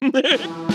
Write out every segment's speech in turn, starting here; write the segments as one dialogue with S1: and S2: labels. S1: now.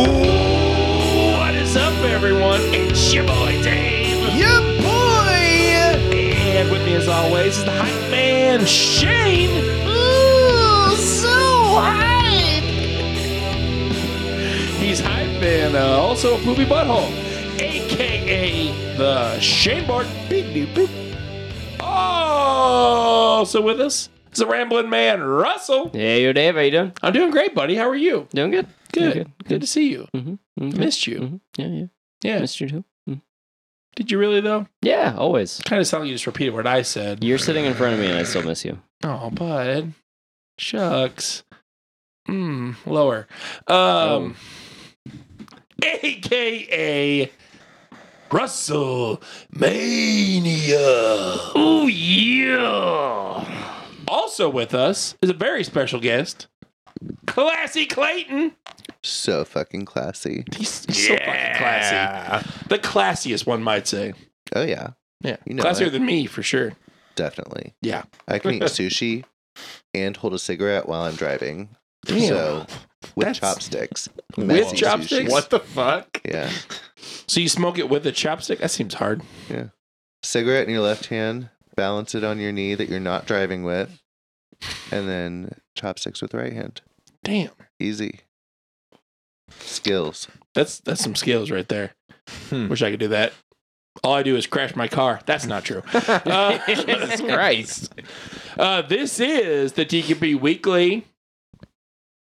S2: Ooh, what is up, everyone? It's your boy Dave.
S1: yeah, boy.
S2: And with me, as always, is the hype man Shane.
S1: Ooh, so high.
S2: He's hype man, uh, also a poopy butthole, aka the Shane Bart. Beep doop boop. Also with us is the rambling man Russell.
S3: Hey, yo, Dave, how you doing?
S2: I'm doing great, buddy. How are you?
S3: Doing good.
S2: Good.
S3: Good,
S2: Good,
S3: good.
S2: to see you.
S3: Mm-hmm. mm-hmm.
S2: Missed you.
S3: hmm Yeah, yeah.
S2: Yeah.
S3: Missed you too. Mm.
S2: Did you really though?
S3: Yeah, always.
S2: Kind of sounded like you just repeated what I said.
S3: You're sitting in front of me, and I still miss you.
S2: Oh, bud. Shucks. Mm, lower. Um, AKA Russell Mania.
S3: Oh yeah.
S2: Also with us is a very special guest, Classy Clayton.
S4: So fucking classy.
S2: He's, he's so fucking classy. The classiest one might say.
S4: Oh yeah,
S2: Yeah.
S4: You know
S2: Classier
S4: it.
S2: than me for sure.
S4: definitely.
S2: Yeah.
S4: I can eat sushi and hold a cigarette while I'm driving.
S2: Damn.
S4: So with
S2: That's-
S4: chopsticks.
S2: With
S4: Messy
S2: chopsticks?
S4: sushi.
S2: What
S5: the fuck?
S4: Yeah.
S2: So you smoke it with a chopstick? That seems hard.
S4: Cigarette in your left hand, balance it on your knee that you're not driving with, and then chopsticks with the right hand.
S2: Damn.
S4: Easy. Skills.
S2: That's that's some skills right there.
S5: Hmm.
S2: Wish I could do that. All I do is crash my car. That's not true. Uh,
S3: Jesus Christ.
S2: uh, this is the TQP Weekly,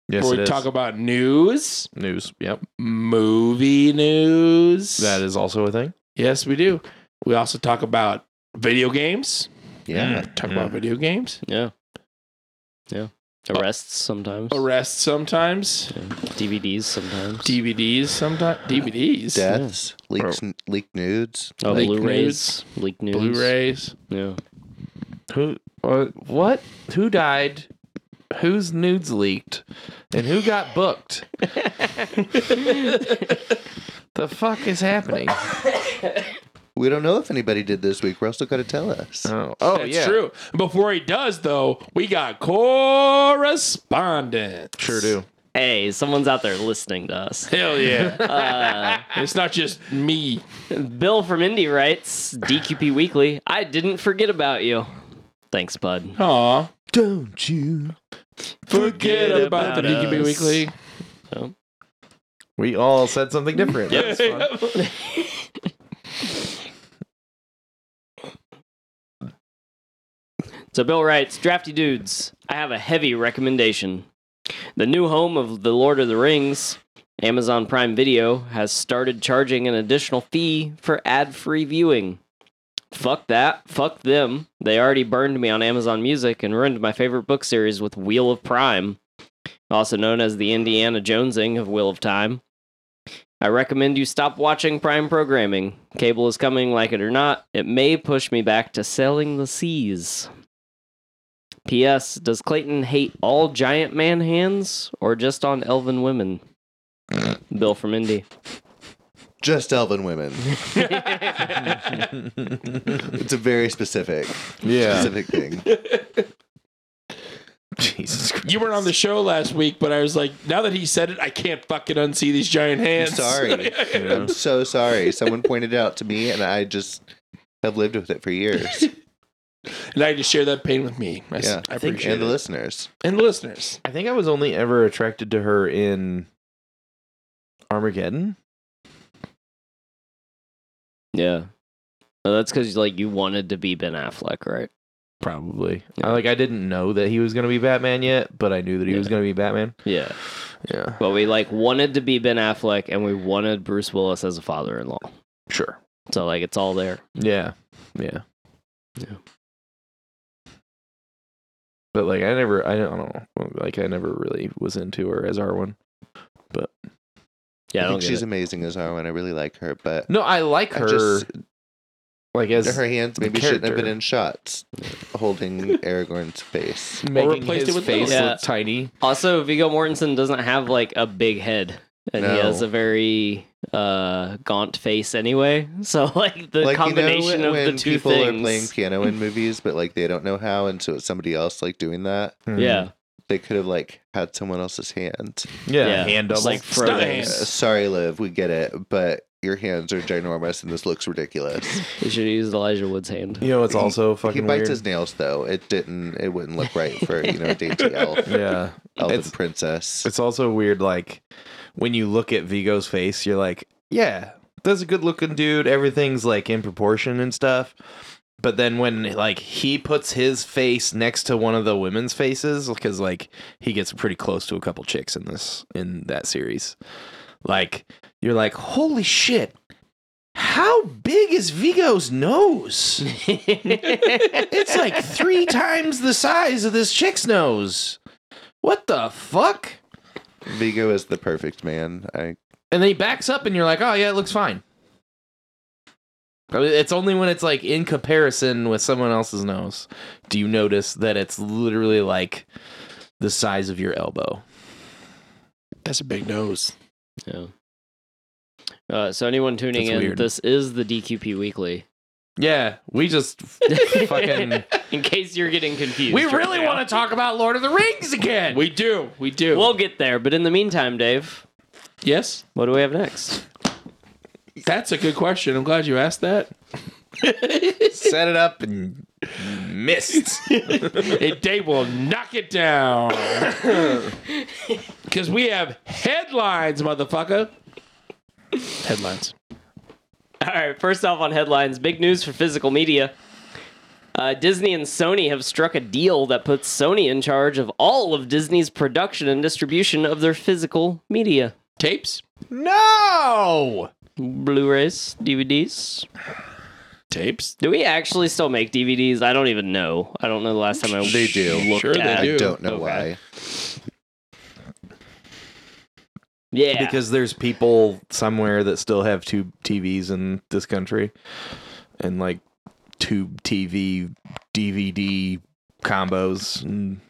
S5: Yes,
S2: where
S5: it
S2: we
S5: is.
S2: talk about news,
S5: news. Yep,
S2: movie news.
S5: that is also a thing.
S2: yes, we do. We also talk about video games. Hmm.
S4: Yeah.
S2: Talk
S5: Hmm.
S2: about video games.
S3: Yeah. Yeah. Arrests sometimes.
S2: Arrests sometimes.
S3: Yeah. DVDs sometimes.
S2: DVDs sometimes. DVDs.
S4: Deaths, leaks, leaked nudes.
S3: oh,
S2: Leak
S3: Blu-rays. Leak news.
S2: Blu-rays.
S3: Yeah.
S5: Who? Uh, what? Who died? Whose nudes leaked? And who got booked? the fuck is happening?
S4: We don't know if anybody did this week. Russell got to tell us.
S2: Uh,
S5: Oh, oh
S2: That's
S5: yeah,
S2: true. Before he does, though, we got correspondence.
S5: Sure do.
S3: Hey, someone's out there listening to us.
S2: Hell yeah.
S3: Uh,
S2: it's not just me.
S3: Bill from Indy writes DQP Weekly. I didn't forget about you. Thanks, bud.
S2: Aw.
S5: Don't you?
S2: Forget about,
S3: about
S2: the DQB
S3: us.
S2: Weekly.
S5: We all said something different. That was fun.
S3: So Bill writes, Drafty Dudes, I have a heavy recommendation. The new home of The Lord of the Rings, Amazon Prime Video, has started charging an additional fee for ad free viewing. Fuck that. Fuck them. They already burned me on Amazon Music and ruined my favorite book series with Wheel of Prime, also known as the Indiana Jonesing of Wheel of Time. I recommend you stop watching Prime programming. Cable is coming, like it or not. It may push me back to selling the seas. P.S. Does Clayton hate all giant man hands or just on elven women? Bill from Indy.
S4: Just Elven women. it's a very specific,
S5: Yeah.
S4: specific thing.
S5: Jesus Christ.
S2: you weren't on the show last week, but I was like, now that he said it, I can't fucking unsee these giant hands.
S4: sorry.
S5: Yeah.
S4: I'm so sorry. Someone pointed it out to me, and I just have lived with it for years.
S2: and I just share that pain with me. I, s-
S4: Yeah.
S2: I
S5: I think-
S2: appreciate
S4: and the
S2: it.
S4: listeners.
S2: and the listeners.
S5: I think I was only ever attracted to her in Armageddon.
S3: Yeah. Well, that's because like you wanted to be Ben Affleck, right?
S5: Probably.
S3: Yeah.
S5: I, like I didn't know that he was gonna be Batman yet, but I knew that he was
S3: Yeah.
S5: gonna be Batman.
S3: Yeah.
S5: Yeah.
S3: But we like wanted to be Ben Affleck and we wanted Bruce Willis as a father-in-law.
S5: Sure.
S3: So like it's all there.
S5: Yeah. Yeah.
S3: Yeah.
S5: But like I never I don't know. Like I never really was into her as R one.
S3: Yeah. I
S4: I
S3: don't
S4: think
S3: get
S4: she's
S3: it.
S4: amazing as Arwen. I really like her, but
S5: No, I like
S4: I
S5: her.
S4: just
S5: Like as
S4: Her hands maybe shouldn't have been
S5: character.
S4: in shots holding Aragorn's face.
S5: making
S2: replaced
S5: his
S2: it with
S5: face
S3: little. Yeah.
S5: look tiny.
S3: Also, Vigo Mortensen doesn't have like a big head, and he
S4: No.
S3: has a very uh, gaunt face anyway. So, like the
S4: you know
S3: combination
S4: when-
S3: of
S4: when
S3: the two
S4: people
S3: things,
S4: are playing piano in movies, but like they don't know how, and so it's somebody else like doing that.
S5: Hmm.
S3: yeah,
S4: They could have like had someone else's hand.
S5: yeah,
S3: yeah,
S5: hand
S3: It's
S5: double.
S3: like
S4: Uh,
S3: Frodo's.
S4: sorry, Liv, we get it, but your hands are ginormous, and this looks ridiculous.
S3: They should have used Elijah Wood's hand.
S5: you know, it's
S4: He-
S5: also
S4: he
S5: fucking
S4: bites
S5: weird.
S4: his nails though. It didn't. It wouldn't look right for you know a dainty elf,
S5: yeah,
S4: elven
S5: It's-
S4: princess.
S5: it's also weird. Like when you look at Vigo's face, you're like, yeah, that's a good looking dude. Everything's like in proportion and stuff. But then when like he puts his face next to one of the women's faces, because like he gets pretty close to a couple chicks in this in that series, like you're like, holy shit. How big is Vigo's nose? It's like three times the size of this chick's nose. What the fuck?
S4: Vigo is the perfect man. I
S5: And then he backs up, and you're like, oh, yeah, it looks fine. I mean, It's only when it's like in comparison with someone else's nose do you notice that it's literally like the size of your elbow.
S2: That's a big nose.
S3: yeah. Uh, so, anyone tuning
S5: That's
S3: in,
S5: weird.
S3: this is the DQP Weekly.
S5: Yeah, we just fucking.
S3: In case you're getting confused,
S5: We really want to talk about Lord of the Rings again.
S2: We do. We do.
S3: We'll get there, but in the meantime, Dave,
S2: yes.
S3: what do we have next?
S2: That's a good question. I'm glad you asked that.
S5: set it up and missed.
S2: and Dave will knock it down. Because we have headlines, motherfucker. Headlines.
S3: All right, first off on headlines, big news for physical media. Uh, Disney and Sony have struck a deal that puts Sony in charge of all of Disney's production and distribution of their physical media
S2: Tapes.
S5: no!
S3: Blu rays, DVDs.
S2: Tapes.
S3: Do we actually still make DVDs? I don't even know. I don't know the last time I
S4: They do.
S3: looked
S2: Sure they
S3: at.
S4: I
S2: do.
S4: don't know
S3: Okay.
S4: why.
S3: Yeah.
S5: because there's people somewhere that still have tube TVs in this country, and like tube TV DVD combos. And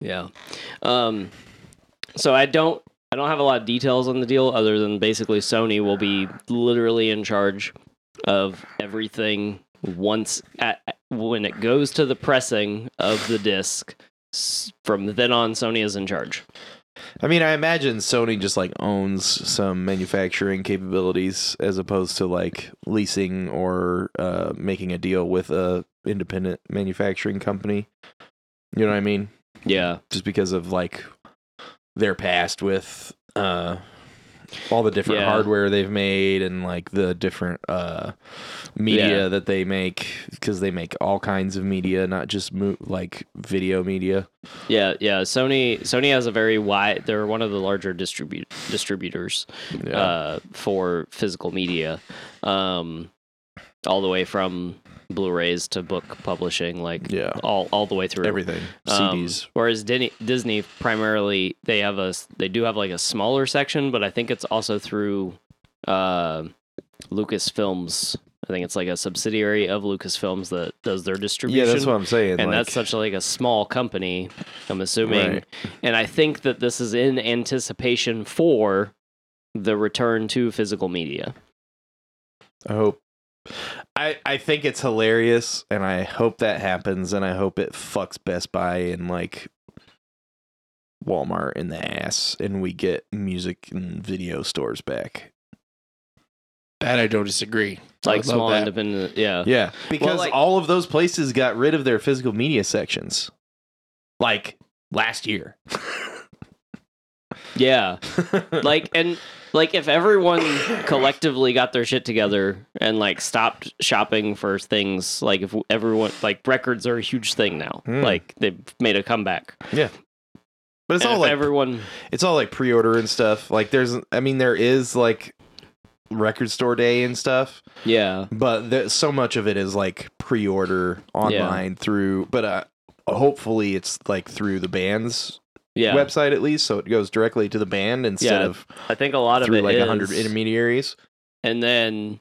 S3: Yeah. Um, so I don't I don't have a lot of details on the deal other than basically Sony will be literally in charge of everything once at, when it goes to the pressing of the disc. S- From then on, Sony is in charge.
S5: I mean, I imagine Sony just like owns some manufacturing capabilities as opposed to like leasing or uh, making a deal with a independent manufacturing company. You know what I mean?
S3: Yeah.
S5: just because of like their past with uh all the different
S3: Yeah.
S5: hardware they've made and like the different uh media
S3: Yeah.
S5: that they make because they make all kinds of media not just mo- like video media
S3: Yeah, yeah. Sony Sony has a very wide. They're one of the larger distribu- distributors
S5: Yeah.
S3: uh, for physical media, um, all the way from Blu-rays to book publishing, like
S5: Yeah.
S3: all all the way through
S5: everything
S3: Um,
S5: cds
S3: whereas Disney, Disney primarily they have a s- they do have like a smaller section, but I think it's also through uh, Lucasfilms. I think it's like a subsidiary of Lucasfilms that does their
S5: yeah
S3: distribution
S5: that's what i'm saying
S3: and
S5: like,
S3: that's such like a small company i'm assuming
S5: Right.
S3: and i think that this is in anticipation for the return to physical media
S5: i hope I, I think it's hilarious and I hope that happens and I hope it fucks Best Buy and like Walmart in the ass and we get music and video stores back.
S2: That I don't disagree.
S5: Oh,
S2: I
S3: like
S2: would love
S3: small
S2: that.
S3: independent yeah
S5: Yeah, because
S3: Uh, like-
S5: all of those places got rid of their physical media sections, like last year.
S3: yeah like and like if everyone collectively got their shit together and like stopped shopping for things like if everyone like records are a huge thing now
S5: Hmm.
S3: like they've made a comeback
S5: but it's
S3: And
S5: all
S3: if
S5: like
S3: everyone
S5: it's all like pre-order and stuff. Like there's, I mean, there is like record store day and stuff,
S3: yeah
S5: but there, so much of it is like pre-order online through. But uh, hopefully, it's like through the band's
S3: yeah
S5: website at least, so it goes directly to the band instead
S3: Yeah,
S5: of
S3: i think a lot of
S5: through
S3: it
S5: like a
S3: is-
S5: hundred intermediaries.
S3: and then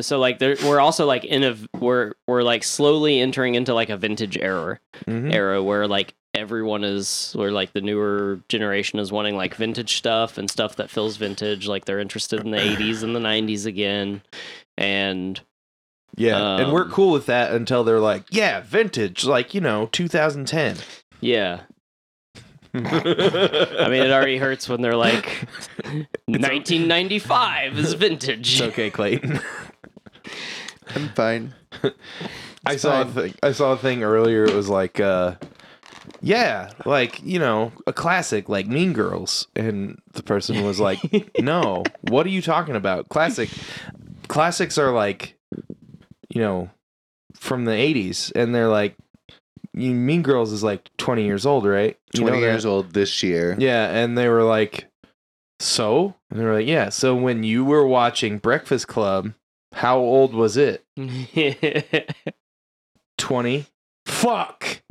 S3: So like there, we're also like in a we're we're like slowly entering into like a vintage era
S5: Mhm.
S3: era where like everyone is where like the newer generation is wanting like vintage stuff and stuff that feels vintage like they're interested in the 80s and the 90s again and
S5: Yeah, and we're
S3: Um,
S5: cool with that until they're like, yeah, vintage, like you know, 2010.
S3: yeah
S5: I
S3: i mean it already hurts when they're like 1995 is vintage
S5: it's okay, Clayton.
S4: I'm fine.
S5: I saw a
S4: fine.
S5: thing, I saw a thing earlier. It was like, uh, yeah, like you know, a classic like Mean Girls, and the person was like, no, what are you talking about? Classic, classics are like, you know, from the '80s, and they're like, you Mean Girls is like 20 years old, right? You know
S4: 20
S5: that?
S4: years old this year.
S5: Yeah, and they were like, "So?" And they were like, "Yeah." So when you were watching Breakfast Club, how old was it? Twenty. Fuck.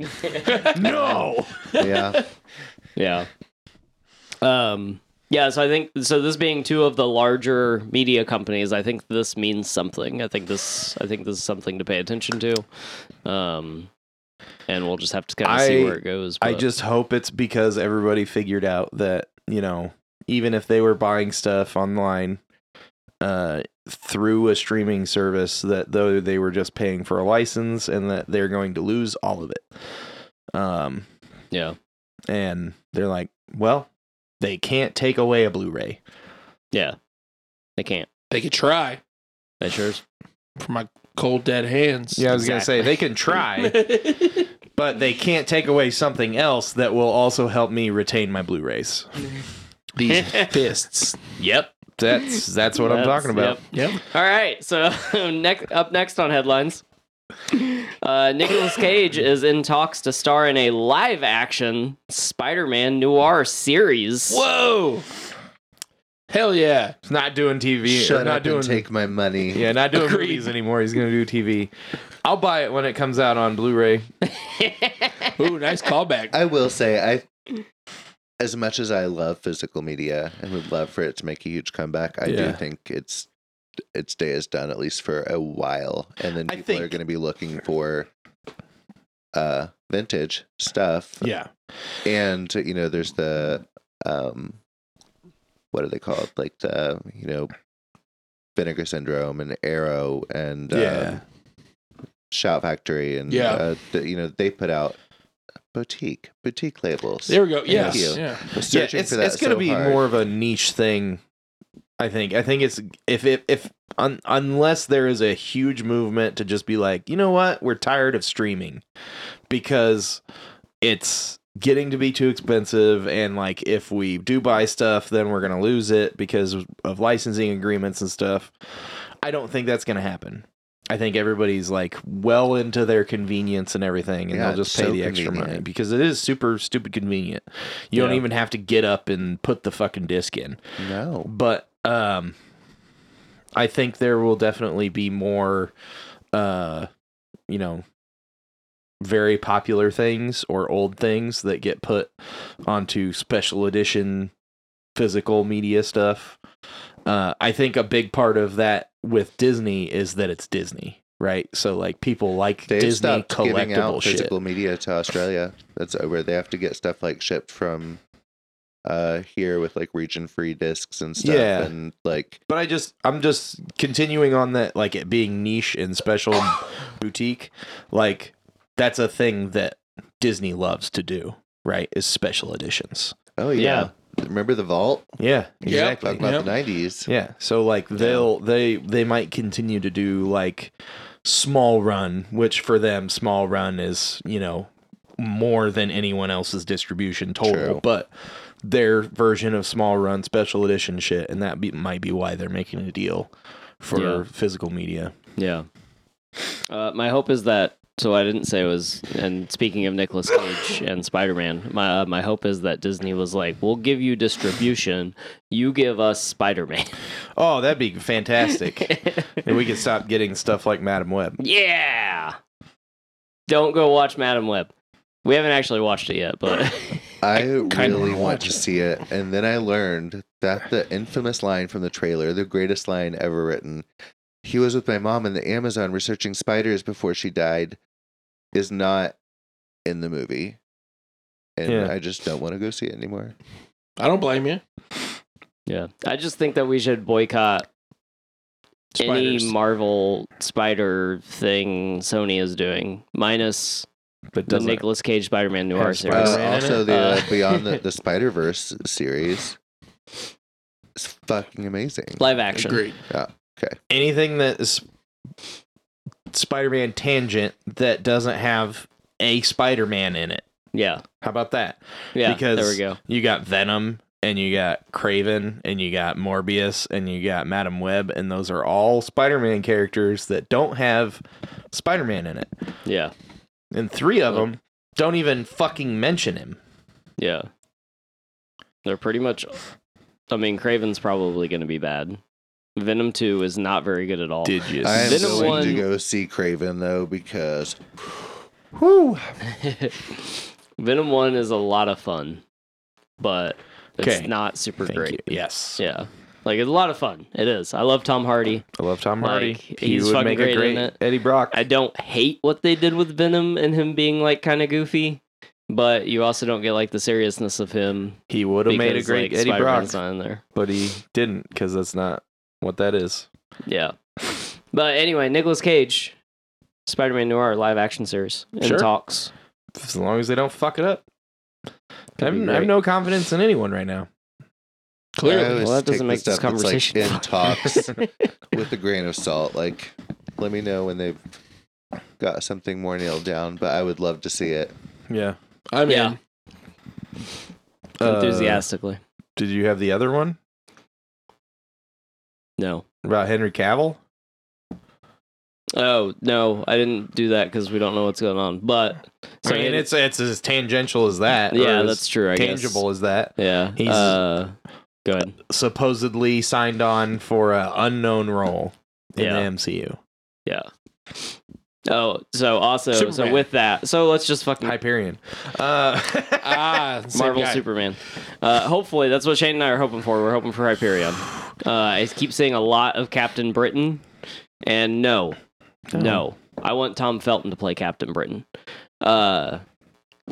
S5: no.
S4: Yeah.
S3: Yeah. Um yeah, so I think so this being two of the larger media companies, I think this means something. I think this I think this is something to pay attention to. Um and we'll just have to kind of see
S5: I-
S3: where it goes.
S5: I
S3: but-
S5: just hope it's because everybody figured out that you know, even if they were buying stuff online, uh, through a streaming service, that though they were just paying for a license, and that they're going to lose all of it. Um,
S3: yeah.
S5: and they're like, well, they can't take away a Blu-ray.
S3: Yeah. They can't.
S2: They could try
S3: They sure is.
S2: for my cold dead hands.
S5: Yeah, I was gonna say they can try, but they can't take away something else that will also help me retain my Blu-rays.
S2: These fists.
S3: Yep.
S5: That's that's what I'm
S3: That's-
S5: talking about.
S3: yep.
S2: Yep.
S3: All right. So next up next on headlines. Uh, Nicolas Cage is in talks to star in a live action Spider Man noir series.
S2: Whoa. Hell yeah.
S5: It's not doing TV. or
S4: Shut
S5: not
S4: up
S5: doing
S4: and take my money.
S5: yeah, not doing
S2: Agreed.
S5: movies anymore. He's gonna do TV. I'll buy it when it comes out on Blu-ray.
S2: Ooh, nice callback.
S4: I will say, I, as much as I love physical media and would love for it to make a huge comeback, I
S5: Yeah.
S4: do think it's its day is done at least for a while, and then
S5: I
S4: people are
S5: think-
S4: going to be looking for uh vintage stuff.
S5: Yeah,
S4: and you know, there's the um, what are they called? Like the you know, vinegar syndrome and arrow and
S5: yeah.
S4: um, Shout Factory and
S2: Yeah.
S4: uh, th- you know they put out boutique boutique labels.
S2: There we go. Yes.
S4: you.
S2: Yeah.
S4: I was
S5: yeah
S4: searching
S5: it's,
S4: for that
S5: it's gonna
S4: so
S5: be
S4: hard.
S5: more of a niche thing. I think. I think it's if if if un, unless there is a huge movement to just be like, you know what, we're tired of streaming because it's getting to be too expensive and like if we do buy stuff then we're going to lose it because of licensing agreements and stuff. I don't think that's going to happen. I think everybody's like well into their convenience and everything and
S4: Yeah,
S5: they'll just
S4: it's
S5: pay
S4: so
S5: the extra money
S4: convenient.
S5: because it is super stupid convenient. You don't
S3: Yeah.
S5: even have to get up and put the fucking disc in.
S4: no.
S5: But um I think there will definitely be more uh you know very popular things or old things that get put onto special edition physical media stuff. Uh I think a big part of that with Disney is that it's Disney, right? So like people like
S4: They have
S5: Disney
S4: stopped giving
S5: collectible
S4: out
S5: shit.
S4: physical media to Australia. That's over. They have to get stuff like shipped from uh here with like region free discs and stuff
S5: Yeah.
S4: and like
S5: But I just I'm just continuing on that like it being niche and special and boutique. Like that's a thing that Disney loves to do, right? Is special editions.
S4: oh yeah. Remember the vault?
S5: Yeah,
S4: Talk
S5: exactly.
S4: about
S2: Yep.
S4: the nineties.
S5: Yeah. So like they'll they they might continue to do like small run, which for them small run is, you know, more than anyone else's distribution total,
S4: True.
S5: but their version of small run special edition shit and that be, might be why they're making a deal for
S3: Yeah.
S5: physical media.
S3: Yeah. Uh, my hope is that. So I didn't say it was. And speaking of Nicolas Cage and Spider Man, my uh, my hope is that Disney was like, "We'll give you distribution. You give us Spider Man."
S5: Oh, that'd be fantastic. and we could stop getting stuff like Madam Web.
S3: yeah. Don't go watch Madam Web. We haven't actually watched it yet, but
S4: I
S2: kinda
S4: really
S2: wanna
S4: want
S2: watch
S4: to
S2: it.
S4: see it. And then I learned that the infamous line from the trailer, the greatest line ever written, he was with my mom in the Amazon researching spiders before she died is not in the movie. And
S5: Yeah.
S4: I just don't want to go see it anymore.
S2: I don't blame you.
S3: Yeah. I just think that we should boycott
S2: Spiders.
S3: any Marvel spider thing Sony is doing, minus
S5: But
S3: the
S5: doesn't
S3: Nicolas Cage Spider Man noir
S5: have
S3: series.
S5: Spider-Man. Spider-Man
S4: Uh,
S5: in
S4: also,
S5: it?
S4: the uh,
S3: Uh,
S4: Beyond the, the Spider Verse series is fucking amazing.
S3: Live action.
S2: Agreed.
S5: anything that is Spider-Man tangent that doesn't have a Spider-Man in it.
S3: Yeah.
S5: How about that?
S3: Yeah.
S5: Because-
S3: there we go.
S5: You got Venom and you got Craven and you got Morbius and you got Madam Web and those are all Spider-Man characters that don't have Spider-Man in it.
S3: Yeah.
S5: And 3 of them don't even fucking mention him.
S3: Yeah. They're pretty much. I mean, Craven's probably going to be bad. Venom 2 is not very good at all.
S5: Did you?
S4: I am
S3: Venom
S4: going to
S3: one-
S4: go see Craven though because
S3: Venom 1 is a lot of fun, but it's
S5: Okay.
S3: not super great.
S5: Yes.
S3: Yeah. Like, it's a lot of fun. It is. I love Tom Hardy.
S5: I love Tom
S3: Like,
S5: Hardy.
S3: he's fucking great in it.
S5: Eddie Brock.
S3: I don't hate what they did with Venom and him being, like, kind of goofy, but you also don't get, like, the seriousness of him.
S5: he would have made a
S3: because,
S5: great
S3: like,
S5: Eddie
S3: Spider-Man's
S5: Brock,
S3: not in there.
S5: but he didn't because that's not what that is.
S3: Yeah. But anyway, Nicolas Cage, Spider Man Noir live action series in
S5: Sure.
S3: talks.
S5: As long as they don't fuck it up. I have,
S3: be
S5: I have
S3: great.
S5: no confidence in anyone right now.
S4: I
S3: Clearly,
S4: always
S3: well, that
S4: take
S3: doesn't
S4: the
S3: make this
S4: stuff that's, like,
S3: conversation
S4: in talks with a grain of salt. Like, let me know when they've got something more nailed down. But I would love to see it.
S5: Yeah.
S2: I'm
S3: Yeah.
S2: in.
S3: enthusiastically.
S5: Did you have the other one
S3: No.
S5: about Henry Cavill?
S3: Oh no, I didn't do that because we don't know what's going on. But
S5: I mean,
S3: it-
S5: it's it's as tangential as that. or
S3: yeah,
S5: as
S3: that's true. I
S5: tangible as that.
S3: Guess. Yeah.
S5: He's-
S3: uh, go ahead.
S5: Supposedly signed on for an unknown role in
S3: Yeah.
S5: the MCU.
S3: Yeah. Oh, so also, so
S2: Superman.
S3: with that, so let's just fucking
S5: Hyperion. Uh,
S2: Ah, same
S3: Marvel
S2: guy.
S3: Superman. Uh, hopefully, that's what Shane and I are hoping for. We're hoping for Hyperion. Uh, I keep seeing a lot of Captain Britain, and no, no, I want Tom Felton to play Captain Britain, uh,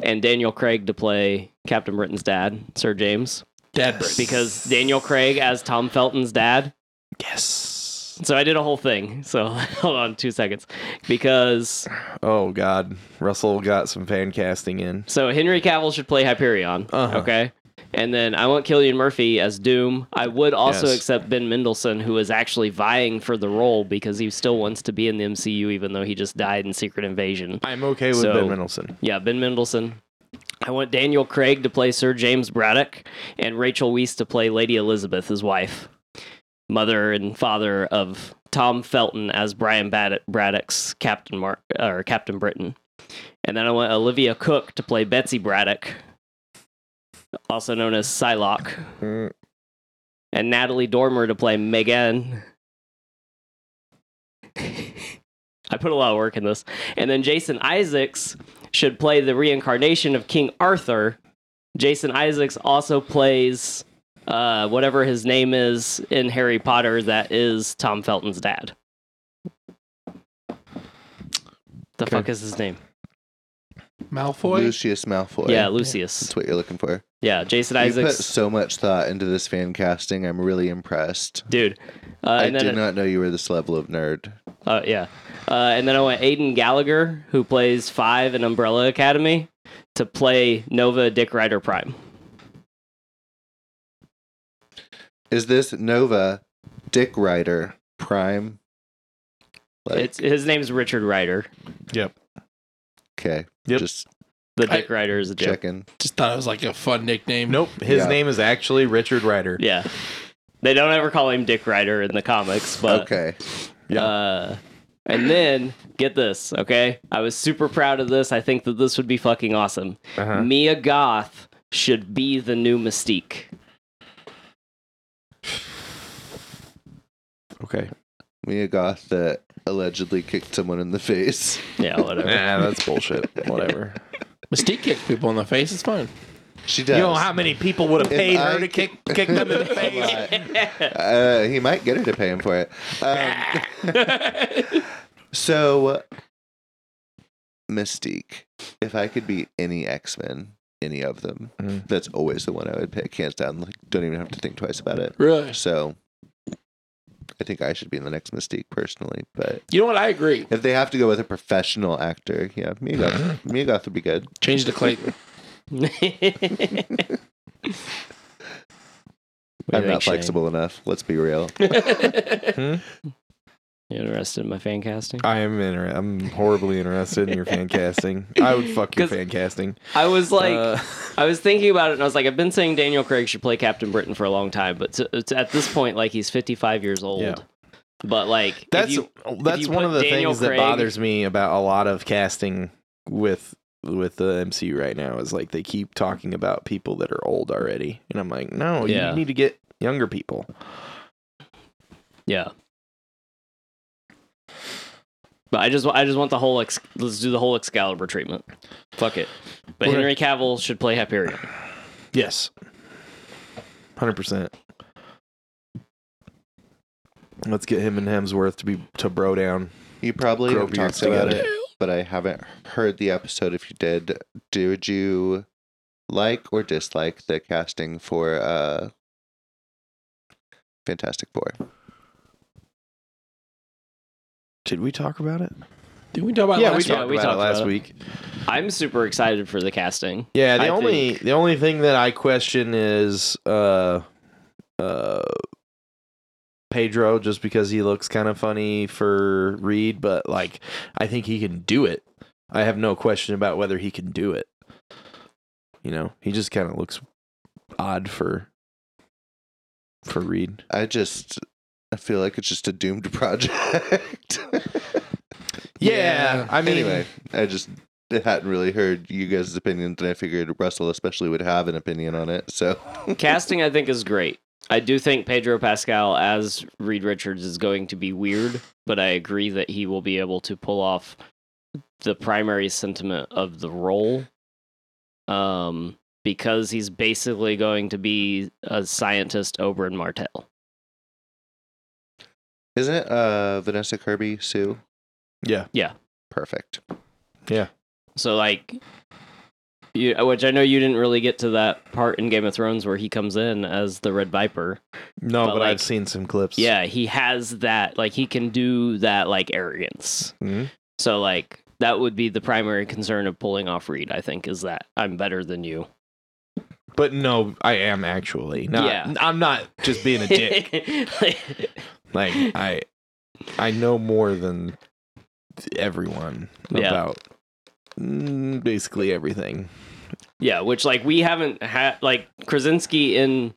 S3: and Daniel Craig to play Captain Britain's dad, Sir James,
S2: Dad brain.
S3: because Daniel Craig as Tom Felton's dad.
S5: yes.
S3: So I did a whole thing. So hold on two seconds, because
S5: Oh God, Russell got some fan casting in.
S3: So Henry Cavill should play Hyperion.
S5: Uh-huh.
S3: Okay. And then I want Killian Murphy as Doom. I would also
S5: Yes.
S3: accept Ben Mendelsohn, who is actually vying for the role because he still wants to be in the MCU, even though he just died in Secret Invasion.
S5: I'm okay with
S3: So-
S5: Ben Mendelsohn.
S3: Yeah, Ben Mendelsohn. I want Daniel Craig to play Sir James Braddock and Rachel Weisz to play Lady Elizabeth, his wife, mother and father of Tom Felton as Brian Bad- Braddock's Captain Mar- or Captain Britain. And then I want Olivia Cook to play Betsy Braddock, also known as Psylocke,
S5: Mm.
S3: and Natalie Dormer to play Megan. I put a lot of work in this. And then Jason Isaacs should play the reincarnation of King Arthur. Jason Isaacs also plays uh, whatever his name is in Harry Potter that is Tom Felton's dad. The
S5: Okay.
S3: fuck is his name?
S2: Malfoy.
S4: Lucius Malfoy.
S3: Yeah,
S4: That's
S3: Lucius.
S4: what you're looking for.
S3: Yeah, Jason
S4: You put
S3: Isaacs.
S4: so much thought into this fan casting. I'm really impressed.
S3: Dude. Uh,
S4: I
S3: and then
S4: did not know you were this level of nerd.
S3: Uh, yeah. Uh, and then I went Aiden Gallagher, who plays Five in Umbrella Academy, to play Nova Dick Rider Prime.
S4: Is this Nova Dick Rider Prime? Like,
S3: It's, his name's Richard Rider.
S4: okay.
S5: Yep.
S4: Just
S3: The
S2: I-
S3: Dick Rider is a joke.
S4: checking.
S2: Just thought it was like a fun nickname.
S5: Nope, his
S4: Yeah.
S5: name is actually Richard Ryder.
S3: Yeah. They don't ever call him Dick Rider in the comics, but
S4: okay.
S5: Yeah.
S3: Uh, and then get this, okay? I was super proud of this. I think that this would be fucking awesome.
S5: Uh-huh.
S3: Mia Goth should be the new Mystique.
S5: Okay.
S4: Mia Goth that allegedly kicked someone in the face.
S3: Yeah, whatever.
S5: Nah, that's Ah, bullshit. Whatever.
S2: Mystique kicks people in the face. It's fine.
S4: She
S5: You
S4: does.
S5: know how many people would have
S4: If
S5: paid
S4: I-
S5: her to kick kick them in the face?
S4: uh, he might get her to pay him for it. Um, so, Mystique. If I could be any X Men, any of them,
S5: Mhm.
S4: that's always the one I would pick, hands down. Like, don't even have to think twice about it.
S2: Really?
S4: So, I think I should be in the next Mystique personally. But
S2: You know what? I agree.
S4: if they have to go with a professional actor, yeah, Megoth, Megoth would be good.
S2: Change to Clayton.
S4: I'm not flexible enough. Let's be real.
S3: You interested in my fan casting?
S5: I am inter- I'm horribly interested in your fan casting. I would fuck your
S3: 'Cause-
S5: fan casting.
S3: I was like,
S5: Uh,
S3: I was thinking about it, and I was like, I've been saying Daniel Craig should play Captain Britain for a long time, but t- it's at this point, like he's 55 years old.
S5: Yeah.
S3: But like, if
S5: that's
S3: you-
S5: that's
S3: you
S5: one
S3: put
S5: of the
S3: Daniel
S5: things that
S3: Craig-
S5: bothers me about a lot of casting with with the MCU right now is like they keep talking about people that are old already, and I'm like, no,
S3: Yeah.
S5: you need to get younger people.
S3: yeah. But I just, wa- I just want the whole ex- let's do the whole Excalibur treatment. Fuck it. But
S5: We're-
S3: Henry Cavill should play Hyperion.
S5: Yes, hundred percent. Let's get him and Hemsworth to be to bro down.
S4: You probably
S5: Grow
S4: have
S5: beards
S4: talked about
S5: together.
S4: it, but I haven't heard the episode. If you did, did you like or dislike the casting for uh, Fantastic Four?
S5: Did we talk about it?
S2: Did we talk about
S5: yeah,
S2: last
S5: we
S2: time?
S5: talked
S3: we
S5: about
S3: talked
S5: it last
S3: about it.
S5: week.
S3: I'm super excited for the casting.
S5: Yeah, the
S3: I
S5: only
S3: think-
S5: the only thing that I question is uh uh Pedro just because he looks kind of funny for Reed, but like I think he can do it. I have no question about whether he can do it. You know, he just kind of looks odd for for Reed.
S4: I just, I feel like it's just a doomed project.
S5: Yeah, I mean
S4: anyway, I just hadn't really heard you guys' opinions, and I figured Russell especially would have an opinion on it. So
S3: casting I think is great. I do think Pedro Pascal as Reed Richards is going to be weird, but I agree that he will be able to pull off the primary sentiment of the role. Um because he's basically going to be a scientist Oberyn Martell.
S4: isn't it uh, Vanessa Kirby Sue?
S5: Yeah.
S4: Perfect.
S3: So like you, which I know you didn't really get to that part in Game of Thrones where he comes in as the Red Viper.
S5: No,
S3: But,
S5: but,
S3: like-
S5: I've seen some clips.
S3: Yeah, he has that like he can do that like arrogance.
S5: Mhm.
S3: So like that would be the primary concern of pulling off Reed, I think, is that I'm better than you.
S5: But no, I am actually. Not,
S3: Yeah.
S5: I'm not just being a dick. Like I, I know more than everyone
S3: Yeah.
S5: about mm, basically everything.
S3: yeah, which like we haven't had like Krasinski in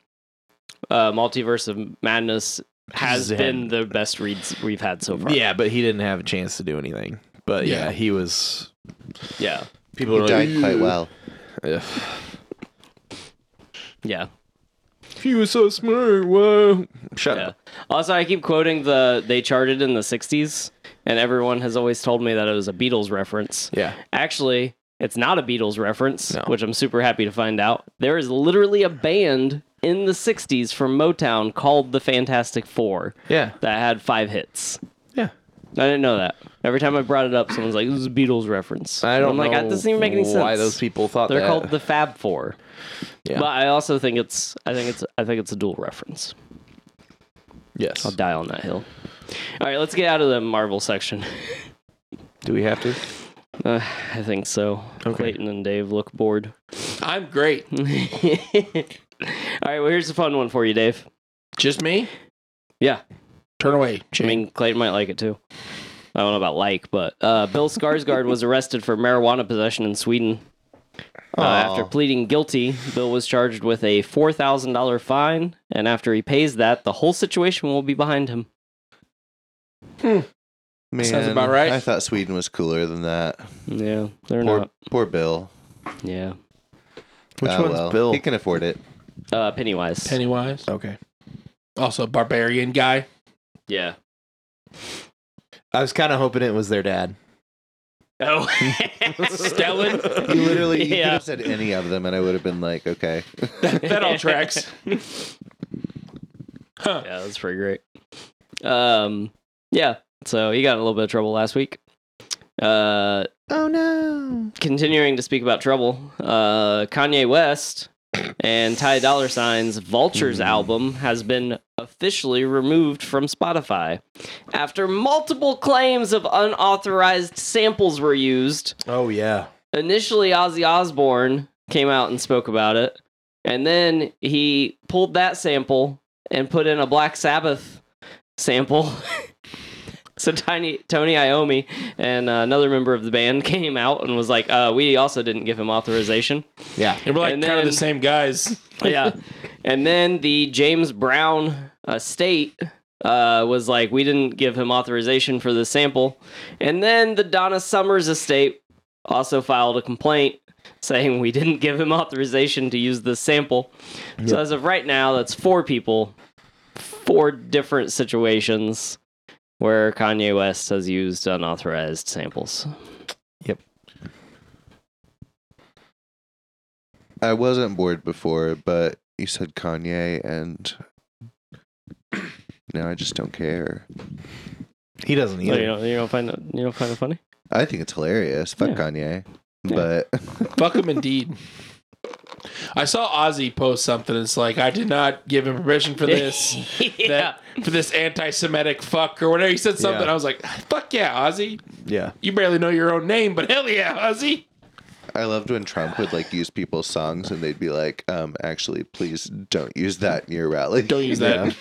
S3: uh Multiverse of Madness has
S5: Zen.
S3: been the best reads we've had so far.
S5: Yeah, but he didn't have a chance to do anything. But yeah,
S2: Yeah.
S5: he was.
S3: Yeah.
S5: People
S4: You
S5: were like,
S4: died quite well.
S5: "Ugh,
S3: Yeah.
S5: He was so smart. Whoa! Shut
S3: Yeah.
S5: up.
S3: Also I keep quoting the they charted in the sixties and everyone has always told me that it was a Beatles reference.
S5: Yeah.
S3: Actually, it's not a Beatles reference,
S5: No.
S3: which I'm super happy to find out. There is literally a band in the 60s from Motown called the Fantastic Four
S5: Yeah.
S3: that had five hits.
S5: Yeah.
S3: I didn't know that. Every time I brought it up, someone's like, this is a Beatles reference.
S5: I don't
S3: am
S5: know
S3: like, that doesn't even make any sense.
S5: why those people thought
S3: They're
S5: that.
S3: called the Fab Four.
S5: Yeah.
S3: But I also think it's I think it's I think it's a dual reference.
S5: yes.
S3: I'll die on that hill. All right, let's get out of the Marvel section.
S5: Do we have to?
S3: Uh, I think so. Clayton and Dave look bored.
S2: I'm great.
S3: All right, well, here's a fun one for you, Dave.
S2: Just me?
S3: Yeah,
S2: Turn away.
S3: I mean, Clayton might like it too. I don't know about like, but uh, Bill Skarsgård was arrested for marijuana possession in Sweden. Uh, after
S4: Aw.
S3: pleading guilty, Bill was charged with a four thousand dollar fine, and after he pays that, the whole situation will be behind him.
S4: Man,
S2: Sounds about right.
S4: I thought Sweden was cooler than that.
S3: Yeah, they're
S4: Poor,
S3: not.
S4: poor Bill.
S3: Yeah,
S5: Which
S4: Ah,
S5: one's
S4: well,
S5: Bill?
S4: He can afford it.
S3: uh, Pennywise.
S2: Pennywise.
S5: Okay.
S2: Also, barbarian guy.
S3: yeah,
S5: I was kind of hoping it was their dad.
S3: Oh, Stellan.
S4: You literally you could
S3: Yeah.
S4: have said any of them, and I would have been like, okay.
S2: that all tracks. Huh.
S3: Yeah, that's pretty great. Um, yeah. So he got in a little bit of trouble last week. Uh,
S4: oh no!
S3: continuing to speak about trouble, uh, Kanye West and Ty Dollar Sign's Vultures
S2: Hmm.
S3: album has been officially removed from Spotify after multiple claims of unauthorized samples were used.
S5: Oh yeah.
S3: Initially, Ozzy Osbourne came out and spoke about it, and then he pulled that sample and put in a Black Sabbath sample. so Tiny Tony Iommi and uh, another member of the band came out and was like, uh, "We also didn't give him authorization."
S5: Yeah.
S2: And we're like
S3: And
S2: kind of the
S3: then-
S2: same guys.
S3: yeah. And then the James Brown estate uh, was like, we didn't give him authorization for the sample. And then the Donna Summers estate also filed a complaint saying we didn't give him authorization to use this sample. So as of right now, that's four people, four different situations where Kanye West has used unauthorized samples.
S4: I wasn't bored before, but you said Kanye, and now I just don't care.
S5: He doesn't
S3: So you
S5: either.
S3: don't, you don't find that you don't find it funny?
S4: I think it's hilarious. Fuck
S3: Yeah.
S4: Kanye,
S3: Yeah.
S4: but
S2: Fuck him indeed. I saw Ozzy post something. It's like I did not give him permission for this.
S3: yeah.
S2: That, for this anti-Semitic fuck or whatever. He said something.
S5: Yeah.
S2: I was like, "Fuck yeah, Ozzy!
S5: Yeah.
S2: You barely know your own name, but hell yeah, Ozzy!"
S4: I loved when Trump would like use people's songs, and they'd be like, um, "Actually, please don't use that in your rally."
S2: Don't use that.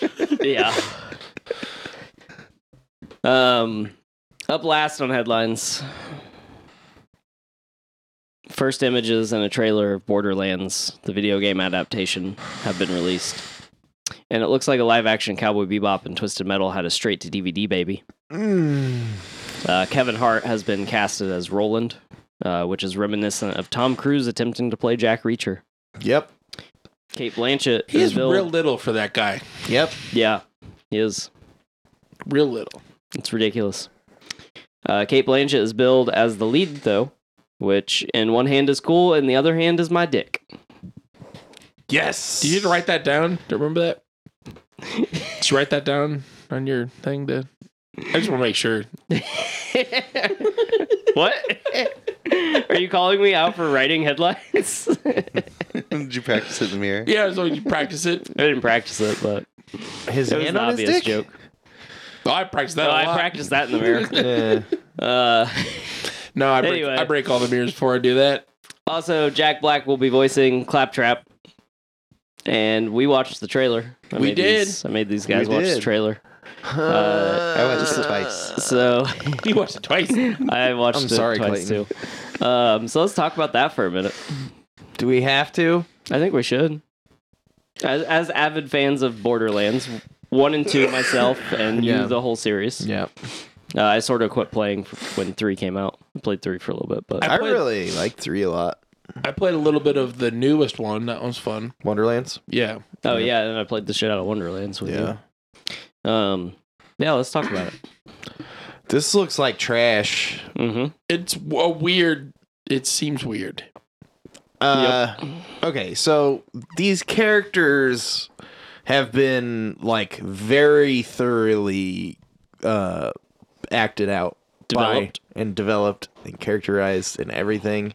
S3: yeah. Um, up last on headlines. First images and a trailer of Borderlands, the video game adaptation, have been released. And it looks like a live action Cowboy Bebop and Twisted Metal had a straight to DVD baby.
S2: Mm.
S3: Uh, Kevin Hart has been casted as Roland, uh, which is reminiscent of Tom Cruise attempting to play Jack Reacher.
S5: Yep.
S3: Kate Blanchett
S2: He
S3: is
S2: is
S3: Bill.
S2: real little for that guy.
S5: Yep.
S3: yeah, he is.
S2: Real little.
S3: It's ridiculous. Uh, Kate Blanchett is billed as the lead, though, which in one hand is cool, and the other hand is my dick.
S5: Yes.
S2: Do you need to write that down? Do you remember that? Did you write that down on your thing? To I just want to make sure.
S3: What? Are you calling me out for writing headlines? I
S4: Did you practice it in the mirror?
S2: Yeah, so you practice it.
S3: didn't practice it, but
S5: his
S3: it was an
S5: hand on his
S3: obvious
S5: dick?
S3: joke.
S2: Oh, I practice that.
S3: No,
S2: a
S3: I
S2: lot.
S3: practiced that in the mirror.
S5: Yeah.
S3: Uh,
S2: No, I break,
S3: Anyway.
S2: I break all the mirrors before I do that.
S3: also, Jack Black will be voicing Claptrap, and we watched the trailer. I
S2: We
S3: made
S2: did.
S3: these- I made these guys
S4: We
S3: watch the
S4: did.
S3: trailer.
S5: Uh,
S4: I watched it twice.
S3: So
S2: You watched it twice.
S3: I watched
S5: I'm
S3: it
S5: sorry,
S3: twice too. Um, so let's talk about that for a minute.
S5: do we have to?
S3: I think we should. As, as avid fans of Borderlands, one and two myself, and
S5: Yeah.
S3: you the whole series.
S5: Yeah.
S3: Uh, I sort of quit playing f- when three came out. I played three for a little bit, but
S5: I,
S2: played-
S5: really like three a lot.
S2: I played a little bit of the newest one. That one's fun.
S5: Wonderlands.
S2: Yeah.
S3: oh yeah, and I played the shit out of Wonderlands with
S5: Yeah.
S3: you. Um, yeah, let's talk about it.
S5: This looks like trash.
S3: hmm
S2: It's w- a weird. It seems weird.
S5: Uh, Okay, so these characters have been like very thoroughly uh, acted out, by-
S3: Developed.
S5: and developed and characterized and everything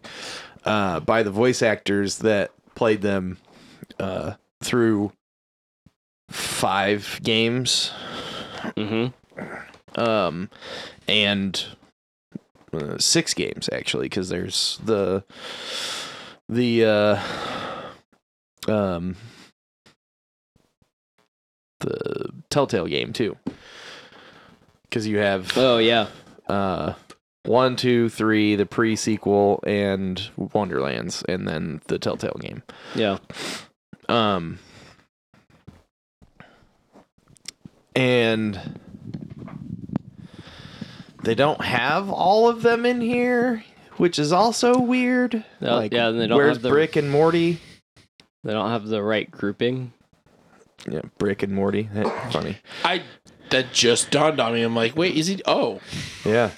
S5: uh, by the voice actors that played them uh, through five games
S3: hmm
S5: um, and uh, six games actually, because there's the the uh, um the Telltale game too, because you have
S3: Oh yeah,
S5: uh one, two, three, the pre sequel, and Wonderlands, and then the Telltale game.
S3: yeah.
S5: Um, and they don't have all of them in here, which is also weird.
S3: Yeah, yeah, and they don't
S5: where's
S3: have the-
S5: Brick and Morty?
S3: They don't have the right grouping.
S5: Yeah, Brick and Morty. That- Funny.
S2: I that just dawned on me. I'm like, wait, is he? Oh,
S5: Yeah.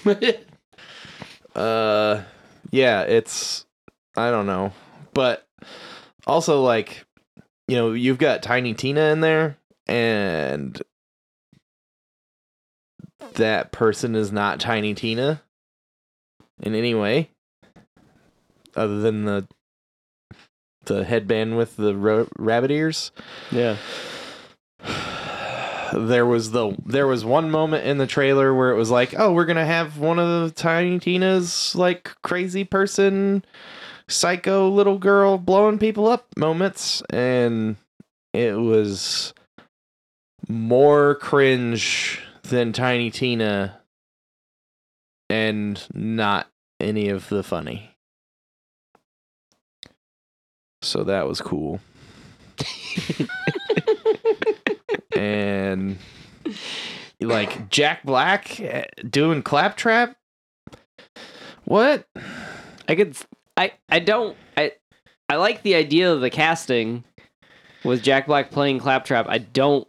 S5: uh yeah it's i don't know but also like you know you've got tiny tina in there and that person is not tiny tina in any way other than the the headband with the ro- rabbit ears
S3: Yeah.
S5: there was the there was one moment in the trailer where it was like, oh, we're gonna have one of the Tiny Tina's like crazy person, psycho little girl blowing people up moments, and it was more cringe than Tiny Tina, and not any of the funny. So that was cool. and like Jack Black eh, doing claptrap. What?
S3: I could. I I don't. I I like the idea of the casting with Jack Black playing Claptrap. I don't.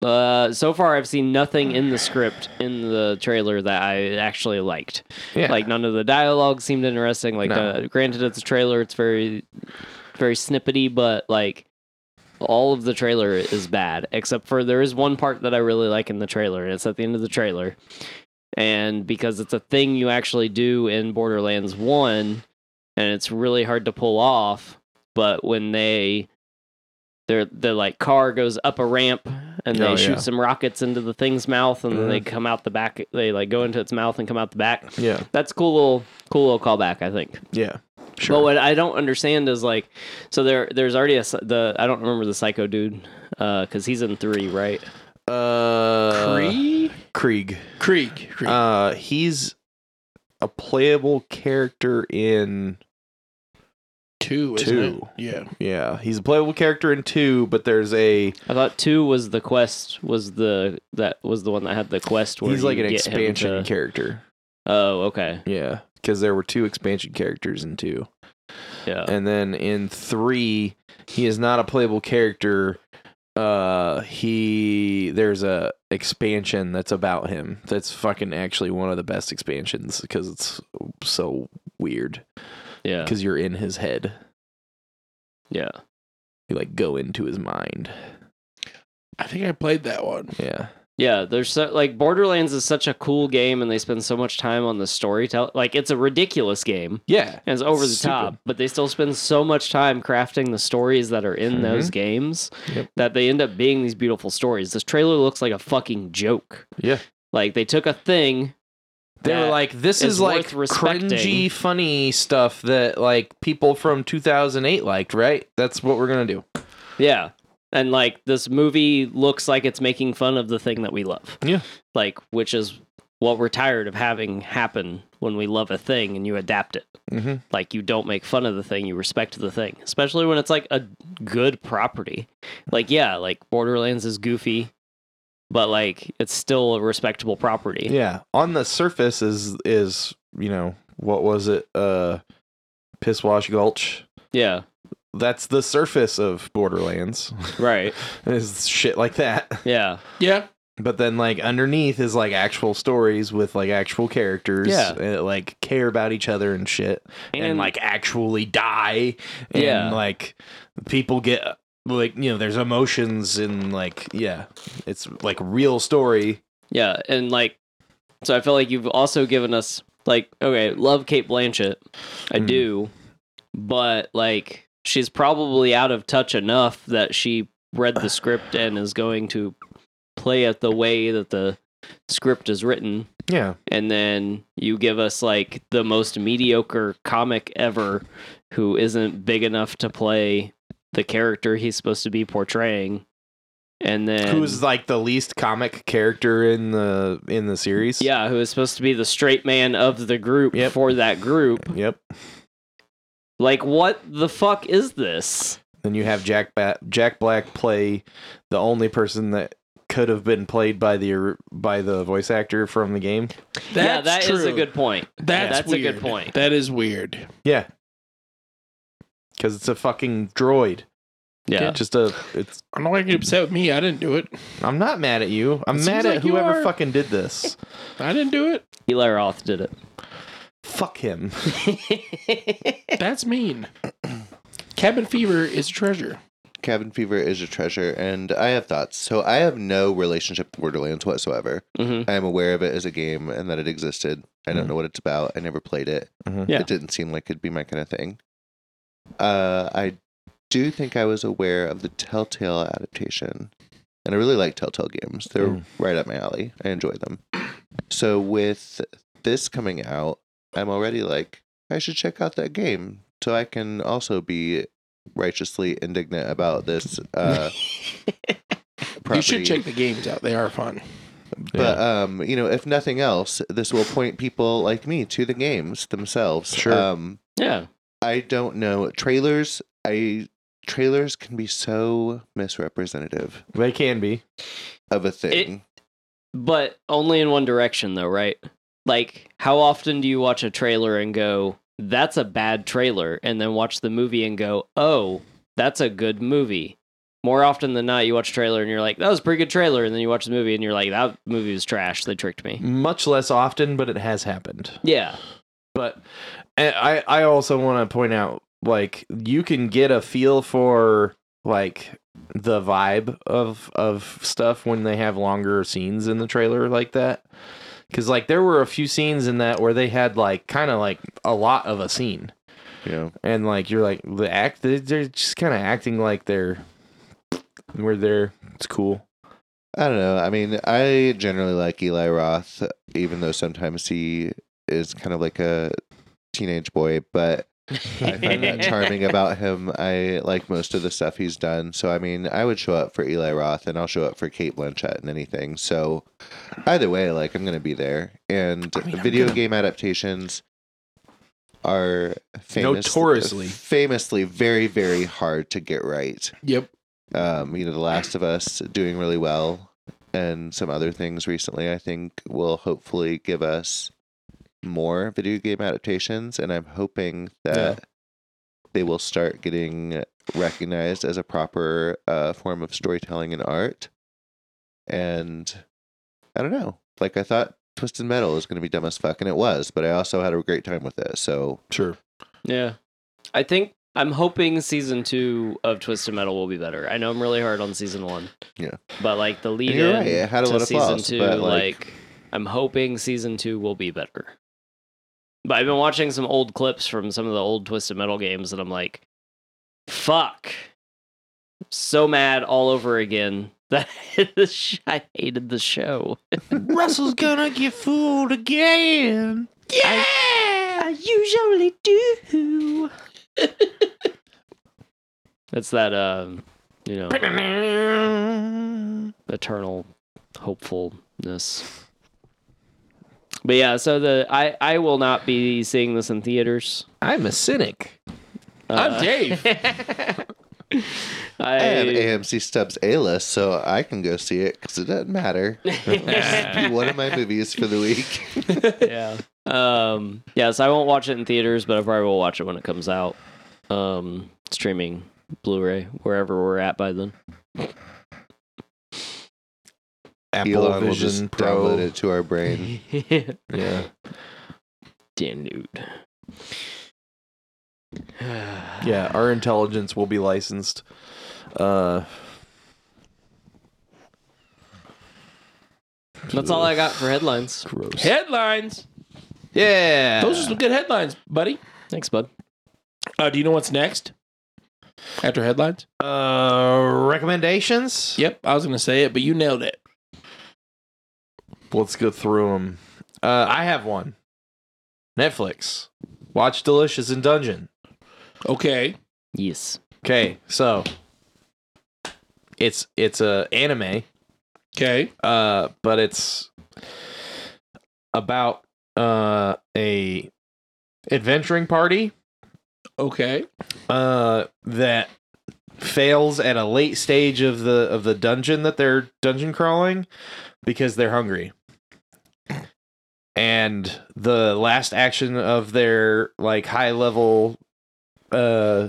S3: Uh, so far I've seen nothing in the script in the trailer that I actually liked.
S5: Yeah,
S3: Like none of the dialogue seemed interesting. Like,
S5: No.
S3: uh, granted, it's a trailer; it's very, very snippety, but like all of the trailer is bad except for there is one part that I really like in the trailer, and it's at the end of the trailer. And because it's a thing you actually do in Borderlands One, and it's really hard to pull off. But when they, their their like car goes up a ramp and they
S5: Oh, yeah.
S3: shoot some rockets into the thing's mouth, and then they
S5: Mhm.
S3: come out the back. They like go into its mouth and come out the back.
S5: yeah,
S3: That's cool little cool little callback, I think.
S5: yeah.
S3: But what I don't understand is like, so there there's already a psy- the I don't remember the psycho dude because he's in three, right?
S5: uh,
S2: Kree?
S5: Krieg.
S2: Krieg.
S5: Uh, he's a playable character in
S2: two, isn't
S5: two.
S2: it? Yeah.
S5: yeah. He's a playable character in two, but there's a
S3: I thought two was the quest was the that was the one that had the quest where
S5: he's like
S3: you
S5: an
S3: get him
S5: expansion
S3: to-
S5: character.
S3: oh, okay,
S5: Yeah, because there were two expansion characters in two.
S3: yeah.
S5: and then in three he is not a playable character uh he there's a expansion that's about him that's fucking actually one of the best expansions because it's so weird
S3: yeah,
S5: because you're in his head
S3: yeah.
S5: you like go into his mind
S2: I think I played that one.
S5: yeah
S3: Yeah, there's so, like Borderlands is such a cool game, and they spend so much time on the storytelling. Like it's a ridiculous game,
S5: yeah
S3: and it's over the
S5: Stupid.
S3: top, but they still spend so much time crafting the stories that are in those games
S5: Mm-hmm. Yep.
S3: that they end up being these beautiful stories. This trailer looks like a fucking joke.
S5: yeah
S3: Like they took a thing.
S5: they were
S3: that-
S5: like this is
S3: is
S5: like
S3: worth respecting.
S5: cringy funny stuff that like people from 2008 liked right that's what we're gonna do
S3: yeah, and like this movie looks like it's making fun of the thing that we love.
S5: Yeah.
S3: like which is what we're tired of having happen when we love a thing and you adapt it.
S5: mm-hmm.
S3: like you don't make fun of the thing you respect the thing especially when it's like a good property like yeah like borderlands is goofy but like it's still a respectable property
S5: Yeah, on the surface is is you know what was it? Uh, Pisswash Gulch.
S3: yeah
S5: That's the surface of Borderlands.
S3: right
S5: is shit like that.
S3: yeah
S2: Yeah.
S5: But then like underneath is like actual stories with like actual characters.
S3: Yeah.
S5: and that, like care about each other and shit, and,
S3: And-
S5: like actually die. And,
S3: Yeah.
S5: like people get like you know there's emotions and like yeah, it's like real story.
S3: yeah and like so i feel like you've also given us like okay love kate blanchett i
S5: Mm.
S3: do but like she's probably out of touch enough that she read the script and is going to play it the way that the script is written
S5: Yeah,
S3: and then you give us like the most mediocre comic ever who isn't big enough to play the character he's supposed to be portraying and then
S5: who's like the least comic character in the in the series.
S3: yeah who is supposed to be the straight man of the group
S5: Yep.
S3: for that group
S5: Yep.
S3: like what the fuck is this
S5: Then you have Jack ba- Jack Black play the only person that could have been played by the or- by the voice actor from the game.
S2: That's
S3: yeah that is
S2: true.
S3: a good point
S2: That's,
S3: that's a
S2: weird.
S3: good point.
S2: That is weird.
S5: Yeah. Cuz it's a fucking droid.
S3: yeah
S5: Just a it's
S2: I'm not gonna get upset with me. I didn't do it.
S5: I'm not mad at you. I'm
S2: It seems
S5: mad at
S2: like you
S5: whoever
S2: are.
S5: fucking did this.
S2: I didn't do it.
S3: eli roth did it
S5: Fuck him.
S2: That's mean. Cabin fever is a treasure.
S4: Cabin fever is a treasure, and I have thoughts. So I have no relationship to Borderlands whatsoever.
S3: hmm
S4: I am aware of it as a game and that it existed. I don't know what it's about. I never played it.
S5: Mhm.
S3: Yeah.
S4: It didn't seem like it'd be my kind of thing. Uh, I do think I was aware of the Telltale adaptation, and I really like Telltale games. They're
S5: Mm.
S4: right up my alley. I enjoy them. So with this coming out, I'm already like, I should check out that game so I can also be righteously indignant about this. Uh,
S2: You should
S4: property.
S2: check the games out. They are fun.
S4: But um, you know, if nothing else, this will point people like me to the games themselves.
S5: Sure.
S4: Um,
S3: Yeah.
S4: I don't know trailers. I trailers can be so misrepresentative
S5: they can be.
S4: of a thing.
S3: But only in one direction, though, right? Like, how often do you watch a trailer and go, that's a bad trailer, and then watch the movie and go, oh, that's a good movie? More often than not, you watch a trailer and you're like, that was a pretty good trailer. And then you watch the movie and you're like, that movie was trash. They tricked me.
S5: Much less often, but it has happened.
S3: Yeah.
S5: But and I I also want to point out like you can get a feel for like the vibe of of stuff when they have longer scenes in the trailer like that. Cuz like there were a few scenes in that where they had like kind of like a lot of a scene
S4: You know,
S5: and like you're like the act they- they're just kind of acting like they're we're there. It's cool.
S4: I don't know. I mean, I generally like Eli Roth, even though sometimes he is kind of like a teenage boy, but I find that charming about him. I like most of the stuff he's done. So I mean, I would show up for Eli Roth and I'll show up for Kate Blanchett and anything. So either way, like I'm gonna be there. And
S5: I mean, I'm
S4: video
S5: gonna-
S4: game adaptations are famous,
S5: Notoriously.
S4: famously very very hard to get right.
S2: Yep.
S4: Um, you know, The Last of Us doing really well, and some other things recently. I think will hopefully give us more video game adaptations, and I'm hoping that they will start getting recognized as a proper uh, form of storytelling and art. And I don't know. Like I thought Twisted Metal was going to be dumb as fuck, and it was, but I also had a great time with it. So
S5: Sure.
S3: Yeah. I think I'm hoping season two of Twisted Metal will be better. I know I'm really hard on season one.
S4: Yeah.
S3: But like the lead
S4: And you're
S3: in
S4: right, it had a
S3: to
S4: lot of
S3: season
S4: flaws,
S3: two,
S4: but,
S3: like,
S4: like-
S3: I'm hoping season two will be better. But I've been watching some old clips from some of the old Twisted Metal games and I'm like, fuck. So mad all over again that this sh- I hated the show.
S5: Russell's gonna get fooled again.
S3: I usually do. That's that, um, you know, eternal hopefulness. But yeah, so the I I will not be seeing this in theaters. Uh,
S5: I'm a cynic.
S4: Uh,
S2: I'm Dave.
S3: I,
S4: I have AMC Stubbs A list, so I can go see it because it doesn't matter. It'll be one of my movies for the week.
S3: yeah. Um, yeah, so I won't watch it in theaters, but I probably will watch it when it comes out. Um, streaming, Blu-ray, wherever we're at by then.
S5: Apple Vision
S4: download
S5: Pro.
S4: it to our brain.
S5: Yeah.
S3: Damn nude.
S5: Yeah, our intelligence will be licensed. Uh
S3: That's all I got for headlines.
S5: gross.
S2: headlines.
S5: Yeah.
S2: Those are some good headlines, buddy.
S3: Thanks, bud.
S2: Uh, do you know what's next? After headlines?
S5: uh recommendations?
S2: Yep, I was going to say it, but you nailed it.
S5: Let's go through them. Uh I have one. Netflix. Watch Delicious in Dungeon.
S2: Okay.
S3: Yes.
S5: Okay, so it's it's a anime.
S2: Okay.
S5: uh, but it's about uh, a adventuring party
S2: Okay.
S5: uh, that fails at a late stage of the of the dungeon that they're dungeon crawling because they're hungry. And the last action of their like high level uh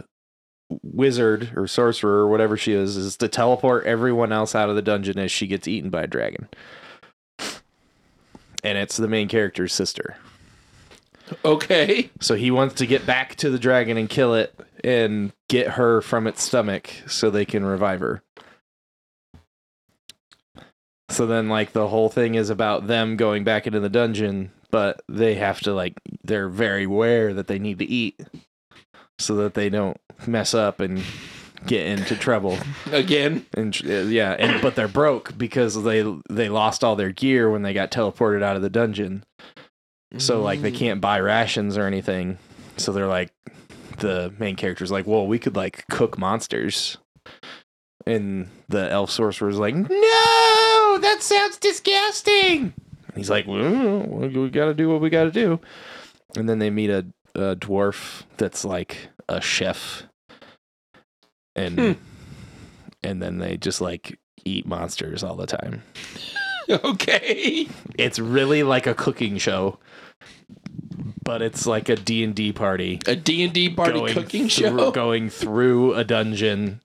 S5: wizard or sorcerer or whatever she is is to teleport everyone else out of the dungeon as she gets eaten by a dragon. And it's the main character's sister.
S2: Okay.
S5: So he wants to get back to the dragon and kill it and get her from its stomach so they can revive her. So then like the whole thing is about them going back into the dungeon, but they have to like they're very aware that they need to eat so that they don't mess up and get into trouble.
S2: Again.
S5: And tr- yeah, and but they're broke because they they lost all their gear when they got teleported out of the dungeon. So like they can't buy rations or anything. So they're like the main character's like, "Well, we could like cook monsters." And the elf sorcerer's like, "No, that sounds disgusting." And he's like, well, "We got to do what we got to do." And then they meet a, a dwarf that's like a chef. And
S2: Hmm.
S5: and then they just like eat monsters all the time.
S2: Okay.
S5: It's really like a cooking show, but it's like a D and D party.
S2: A D&D party
S5: through,
S2: cooking show.
S5: Going through a dungeon,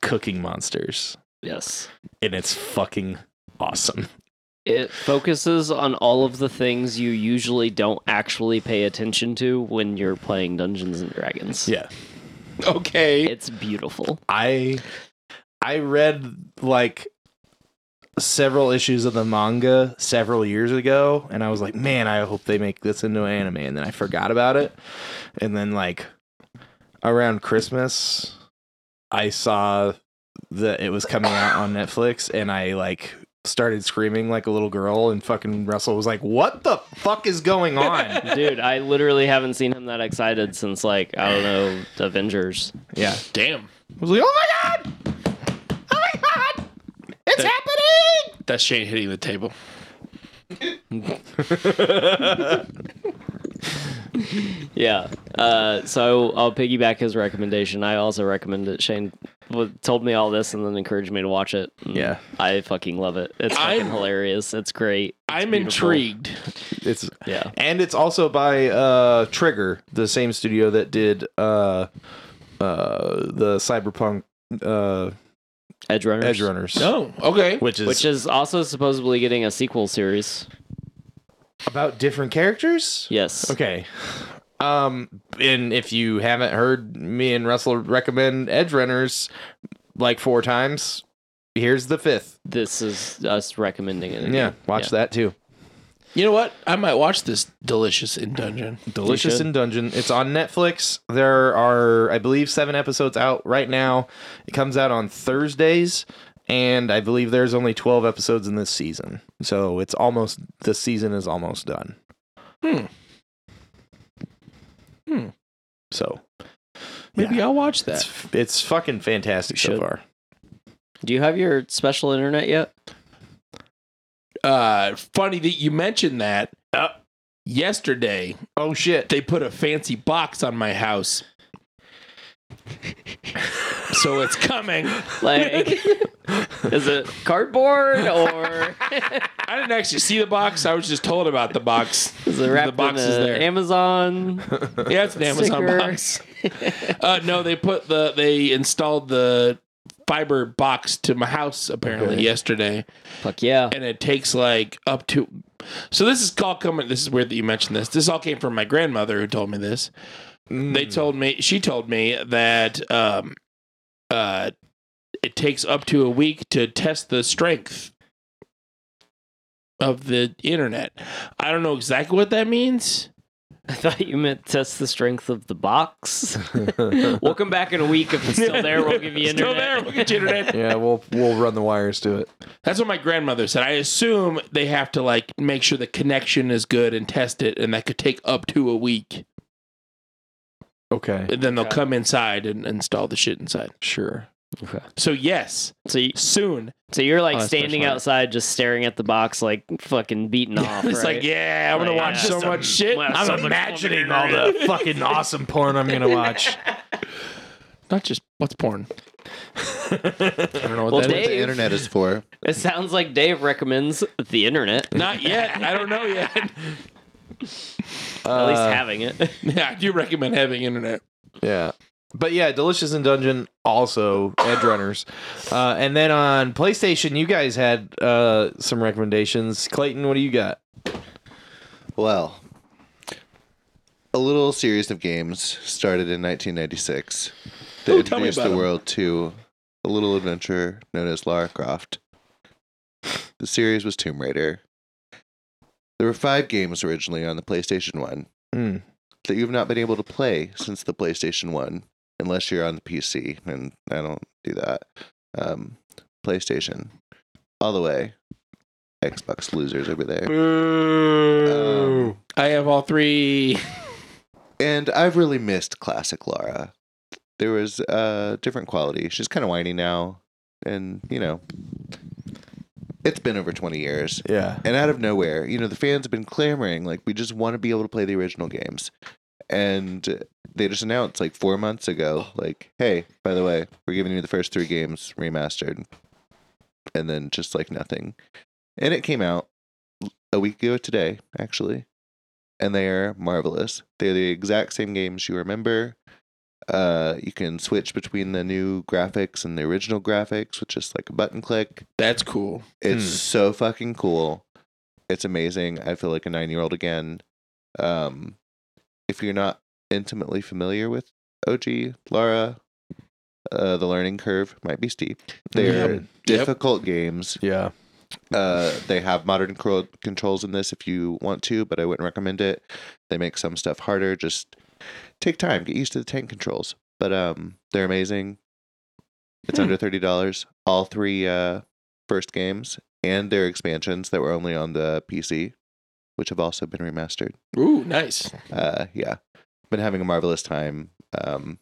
S5: cooking monsters,
S3: Yes.
S5: and it's fucking awesome.
S3: It focuses on all of the things you usually don't actually pay attention to when you're playing Dungeons and Dragons.
S5: Yeah,
S2: Okay.
S3: It's beautiful.
S5: I I read like several issues of the manga several years ago and I was like, "Man, I hope they make this into an anime." And then I forgot about it. And then like around Christmas, I saw that it was coming out on Netflix and I like started screaming like a little girl and fucking Russell was like, "What the fuck is going on?"
S3: Dude, I literally haven't seen him that excited since like, I don't know, Avengers.
S5: yeah.
S2: Damn.
S5: I was like, "Oh my god! Oh my god! It's happening!"
S2: That's Shane hitting the table.
S3: Yeah. Uh, so I'll piggyback his recommendation. I also recommend it. Shane w- told me all this and then encouraged me to watch it. And
S5: Yeah.
S3: I fucking love it. It's fucking
S2: I'm-
S3: hilarious. It's great.
S2: I'm
S3: beautiful.
S2: intrigued.
S5: It's
S3: Yeah.
S5: and it's also by uh Trigger, the same studio that did uh uh the Cyberpunk uh
S3: Edge Runners.
S5: Edge Runners.
S2: Oh, okay.
S5: Which is
S3: Which is also supposedly getting a sequel series.
S5: about different characters?
S3: Yes.
S5: Okay. Um and if you haven't heard me and Russell recommend Edge Runners like four times, here's the fifth.
S3: This is us recommending it. Again.
S5: Yeah, watch that too.
S2: You know what? I might watch this delicious in dungeon.
S5: Delicious
S3: should.
S5: in Dungeon. It's on Netflix. There are, I believe, seven episodes out right now. It comes out on Thursdays, and I believe there's only twelve episodes in this season. So it's almost the season is almost done.
S2: Hmm. Hmm.
S5: So
S2: Maybe
S5: Yeah.
S2: I'll watch that.
S5: it's it's fucking fantastic so
S3: Should.
S5: far.
S3: Do you have your special internet yet?
S2: Uh, funny that you mentioned that. Yesterday,
S5: Uh. Oh shit!
S2: they put a fancy box on my house. so it's coming.
S3: Like, is it cardboard or
S2: I didn't actually see the box. I was just told about the box.
S3: is it wrapped
S2: the box
S3: in
S2: is
S3: a
S2: there.
S3: Amazon?
S2: yeah, it's an Amazon
S3: sticker?
S2: box. Uh, no, they put the they installed the fiber box to my house apparently
S5: Okay.
S2: yesterday,
S3: Fuck yeah.
S2: and it takes like up to. So this is all coming. This is weird that you mentioned this. This all came from my grandmother who told me this. They told me she told me that um, uh, it takes up to a week to test the strength of the internet. I don't know exactly what that means.
S3: I thought you meant test the strength of the box. we'll come back in a week if it's still there. We'll give you internet.
S2: Still there. We'll get you internet.
S5: yeah, we'll we'll run the wires to it.
S2: That's what my grandmother said. I assume they have to like make sure the connection is good and test it, and that could take up to a week.
S5: Okay,
S2: And then they'll
S3: Okay.
S2: come inside and install the shit inside.
S5: sure.
S2: So yes,
S3: So, you,
S2: soon.
S3: so you're like
S2: Oh, that's
S3: standing
S2: special.
S3: outside, just staring at the box, like fucking beaten off.
S2: it's
S3: right?
S2: like yeah, I'm gonna
S3: Like,
S2: watch
S3: yeah.
S2: so
S3: Just
S2: much shit.
S3: wow,
S2: I'm
S3: so much
S2: imagining all
S3: fucking
S2: the
S5: fucking awesome porn I'm gonna watch.
S2: not just what's porn. I don't know what that
S3: Well,
S2: is.
S4: The
S3: Dave.
S4: internet is for.
S3: It sounds like Dave recommends the internet.
S2: Not yet. I don't know yet.
S3: At least having it.
S2: yeah, I do recommend having internet.
S5: Yeah. But yeah, Delicious in Dungeon also Edge Runners, uh, and then on PlayStation, you guys had uh, some recommendations. Clayton, what do you got?
S4: Well, a little series of games started in 1996 that
S2: Ooh, Oh, tell me
S4: introduced
S2: about
S4: the
S2: 'em.
S4: world to a little adventure known as Lara Croft. The series was Tomb Raider. There were five games originally on the PlayStation 1
S5: Mm.
S4: that you've not been able to play since the PlayStation 1, unless you're on the PC, and I don't do that. Um, PlayStation, all the way. Xbox losers over there.
S2: Boo.
S5: Um,
S2: I have all three.
S4: And I've really missed classic Lara. There was a uh, different quality. She's kind of whiny now, and you know, it's been over twenty years.
S5: Yeah.
S4: And out of nowhere, you know, the fans have been clamoring like we just want to be able to play the original games, and they just announced like four months ago, like, hey, by the way, we're giving you the first three games remastered, and then just like nothing, and it came out a week ago today, actually and they are marvelous. They're the exact same games you remember. Uh, you can switch between the new graphics and the original graphics with just like a button click.
S2: That's cool.
S4: It's
S5: Hmm.
S4: so fucking cool. It's amazing. I feel like a nine year old again. Um, if you're not intimately familiar with OG, Lara, uh, the learning curve might be steep. They're
S5: Yep.
S4: difficult games.
S5: Yeah.
S4: Uh, they have modern cro- controls in this if you want to, but I wouldn't recommend it. They make some stuff harder. Just take time, get used to the tank controls. But um, they're amazing. It's under thirty dollars. All three uh, first games and their expansions that were only on the PC, which have also been remastered.
S2: Ooh, nice.
S4: Uh, yeah, been having a marvelous time. Um,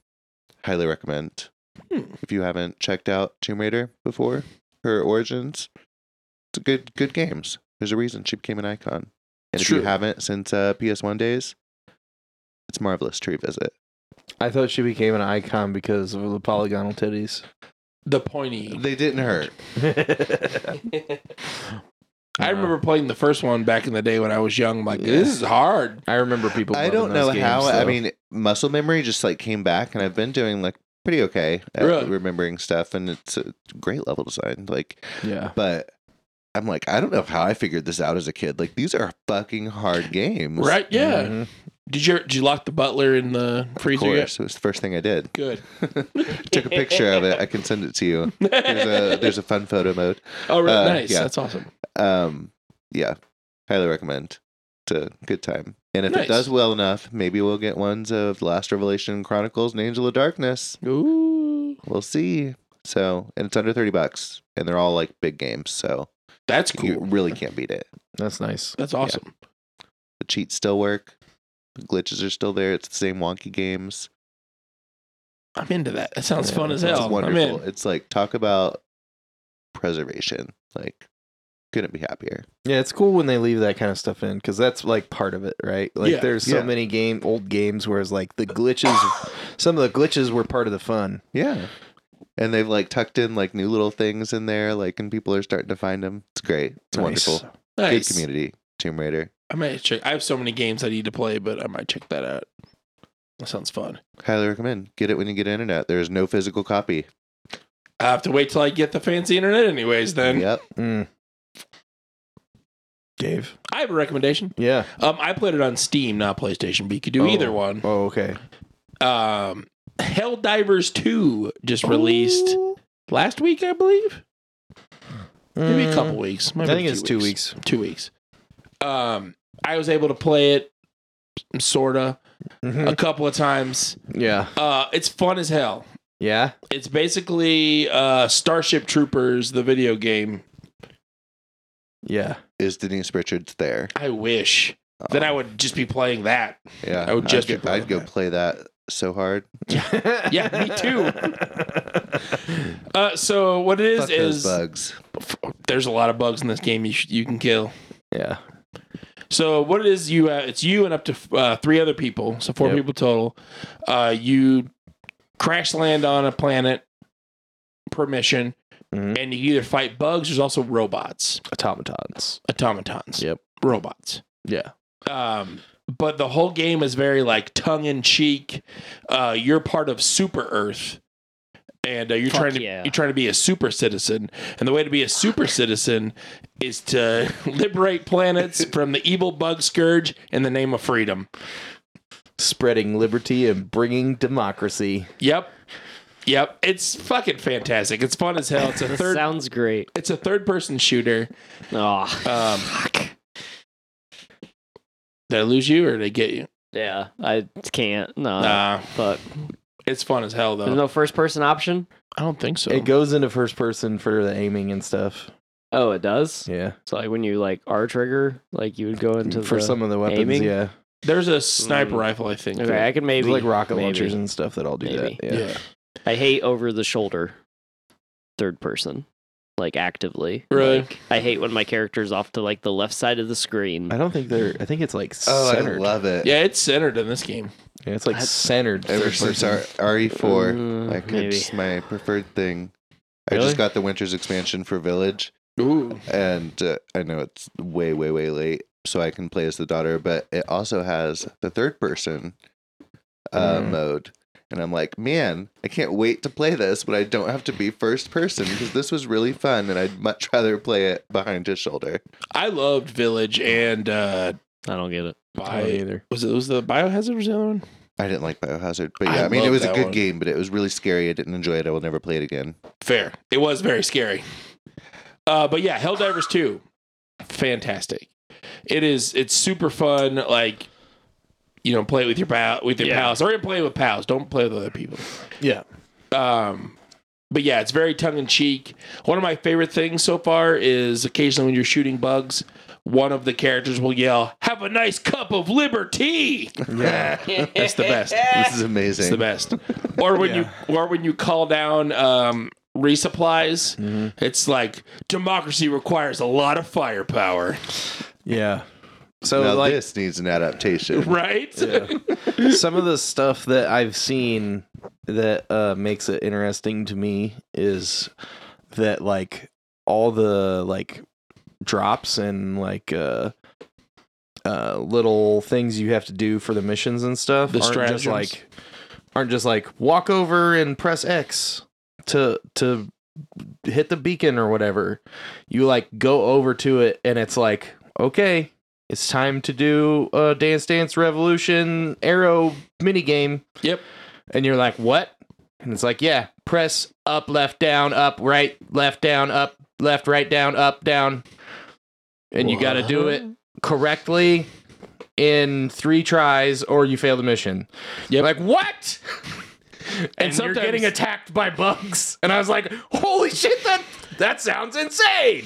S4: highly recommend
S2: Hmm.
S4: if you haven't checked out Tomb Raider before, her origins. It's a good good games. There's a reason she became an icon. And if you
S2: True.
S4: haven't since uh, PS1 days, it's marvelous to revisit.
S5: I thought she became an icon because of the polygonal titties.
S2: The pointy.
S4: They didn't hurt.
S2: I remember playing the first one back in the day when I was young. I'm like,
S5: Uh, Yeah.
S2: this is hard.
S5: I remember people.
S4: I don't
S5: loving
S4: know
S5: those games,
S4: how. I
S5: though.
S4: mean, muscle memory just like came back, and I've been doing like pretty okay at
S2: Really?
S4: remembering stuff, and it's a great level design. Like,
S5: yeah.
S4: but I'm like, I don't know how I figured this out as a kid. Like, these are fucking hard games.
S2: Right?
S4: Mm-hmm.
S2: Yeah.
S5: Mhm.
S2: Did you did you lock the butler in the
S4: Of
S2: freezer yet?
S4: course, it was the first thing I did.
S2: Good.
S4: Took a picture of it. I can send it to you. There's a there's a fun photo mode.
S2: oh, really?
S4: uh,
S2: nice.
S4: yeah.
S2: That's awesome.
S4: Um, yeah, highly recommend. It's a good time. And if
S2: Nice.
S4: it does well enough, maybe we'll get ones of Last Revelation Chronicles and Angel of Darkness.
S2: Ooh,
S4: We'll see. So, and it's under thirty bucks, and they're all like big games, so
S2: that's
S4: you
S2: cool.
S4: really can't beat it.
S5: That's nice.
S2: That's awesome.
S4: The cheats still work. The glitches are still there. It's the same wonky games.
S2: I'm into that. That sounds
S5: Yeah,
S2: fun as
S5: that sounds
S2: hell.
S4: It's
S2: I'm
S4: wonderful.
S2: in.
S4: It's like talk about preservation. Like, couldn't be happier.
S5: Yeah, it's cool when they leave that kind of stuff in because that's like part of it, right? Like,
S2: Yeah.
S5: there's so
S4: Yeah.
S5: many game old games where it's like the glitches, some of the glitches were part of the fun.
S4: Yeah. And they've like tucked in like new little things in there, like, and people are starting to find them. It's great. It's
S5: Nice.
S4: wonderful. Good
S2: Nice.
S4: community. Tomb Raider.
S2: I might check. I have so many games I need to play, but I might check that out. That sounds fun.
S4: Highly recommend. Get it when you get internet. There is no physical copy.
S2: I have to wait till I get the fancy internet, anyways. Then
S4: Yep.
S5: Mm. Dave.
S2: I have a recommendation.
S5: Yeah.
S2: Um, I played it on Steam, not PlayStation, but you could do
S5: Oh.
S2: either one.
S5: Oh, okay.
S2: Um, Helldivers Two just released last week, I believe. Maybe a couple weeks.
S5: Hmm. Mm. I
S2: Maybe
S5: think
S2: a
S5: it's
S2: few
S5: two weeks.
S2: Two weeks. Um, I was able to play it sorta a couple of times.
S5: Mm-hmm. Yeah.
S2: Uh, it's fun as hell.
S5: Yeah.
S2: It's basically uh, Starship Troopers, the video game.
S5: Yeah.
S4: Is Denise Richards there?
S2: I wish that I would just be playing that.
S4: Yeah.
S2: I would just
S4: I'd,
S2: be
S4: go, I'd go
S2: playing that.
S4: play that so hard.
S2: Yeah, me too. Uh, so what it is
S4: Fuck those
S2: is
S4: bugs.
S2: there's a lot of bugs in this game you sh- you can kill.
S5: yeah.
S2: So what it is you uh, it's you and up to uh, three other people, so four
S5: Yep.
S2: people total. Uh, you crash land on a planet per mission,
S5: Mhm.
S2: and you either fight bugs. There's also robots,
S5: Automatons.
S2: automatons,
S5: Yep.
S2: robots.
S5: Yeah.
S2: Um, but the whole game is very like tongue in cheek. Uh, you're part of Super Earth, and uh, you're
S3: Fuck
S2: trying to
S3: yeah.
S2: you're trying to be a super citizen. And the way to be a super citizen is to liberate planets from the evil bug scourge in the name of freedom.
S5: spreading liberty and bringing democracy.
S2: Yep. Yep. It's fucking fantastic. It's fun as hell. It's a third
S3: Sounds great.
S2: it's a third person shooter.
S3: Oh,
S2: Um Did I lose you or did I get you?
S3: yeah. I can't. No.
S2: Nah.
S3: But
S2: It's fun as hell though.
S3: Uh, there's no first person option.
S2: I don't think so.
S5: It goes into first person for the aiming and stuff.
S3: Oh, it does.
S5: Yeah.
S3: So like when you like R trigger, like you would go into
S5: for
S3: the,
S5: some of the weapons,
S3: aiming?
S5: yeah.
S2: There's a sniper
S3: Mm.
S2: rifle, I think.
S3: Okay, I could maybe
S5: There's like rocket
S3: maybe.
S5: launchers and stuff that all do
S3: Maybe.
S5: that.
S2: Yeah.
S5: Yeah.
S3: I hate over the shoulder, third person, like actively.
S2: Really?
S3: Like, I hate when my character's off to like the left side of the screen.
S5: I don't think they're. I think it's like
S4: Oh,
S5: centered.
S4: I love it.
S2: Yeah, it's centered in this game.
S5: Yeah, it's like
S3: I-
S5: centered.
S4: Ever
S5: third
S4: since
S5: person.
S4: our RE4,
S3: Mm,
S4: like
S3: maybe.
S4: it's my preferred thing. I
S5: Really?
S4: just got the Winter's expansion for Village,
S2: Ooh.
S4: and uh, I know it's way, way, way late, so I can play as the daughter. But it also has the third person uh,
S5: Mm.
S4: mode, and I'm like, man, I can't wait to play this, but I don't have to be first person because this was really fun, and I'd much rather play it behind his shoulder.
S2: I loved Village and uh
S3: I don't get
S5: I
S3: it.
S5: don't
S2: Bio
S5: Oh, either.
S2: was it was the Biohazard was the other one?
S4: I didn't like Biohazard, but
S2: I
S4: yeah, I, mean, it
S2: love
S4: was a
S2: that
S4: good
S2: one.
S4: game, but it was really scary. I didn't enjoy it. I will never play it again.
S2: Fair. It was very scary. Uh, but yeah, Helldivers 2. Fantastic. It is it's super fun, like you know, play it with your pal with your
S3: Yeah.
S2: pals. Or play with pals. Don't play with other people.
S5: Yeah.
S2: Um but yeah, it's very tongue in cheek. One of my favorite things so far is occasionally when you're shooting bugs, one of the characters will yell, Have a nice cup of liberty.
S5: Yeah.
S2: That's the best.
S4: This is amazing.
S2: It's the best. Or when you or when you call down um, resupplies,
S5: Mm-hmm.
S2: it's like democracy requires a lot of firepower,
S5: yeah. So
S4: now
S5: like
S4: this needs an adaptation.
S2: right?
S5: some of the stuff that I've seen that uh, makes it interesting to me is that like all the like drops and like uh, uh, little things you have to do for the missions and stuff
S2: The
S5: aren't
S2: stratagems.
S5: just like aren't just like walk over and press X to to hit the beacon or whatever. You like go over to it and it's like okay it's time to do a Dance Dance Revolution arrow minigame.
S2: Yep.
S5: And you're like, what? And it's like, yeah, press up, left, down, up, right, left, down, up, left, right, down, up, down. And you got to do it correctly in three tries or you fail the mission.
S2: Yep.
S5: Like, what? And,
S2: sometimes-
S5: you're getting attacked by bugs. And I was like, holy shit, that, that sounds insane.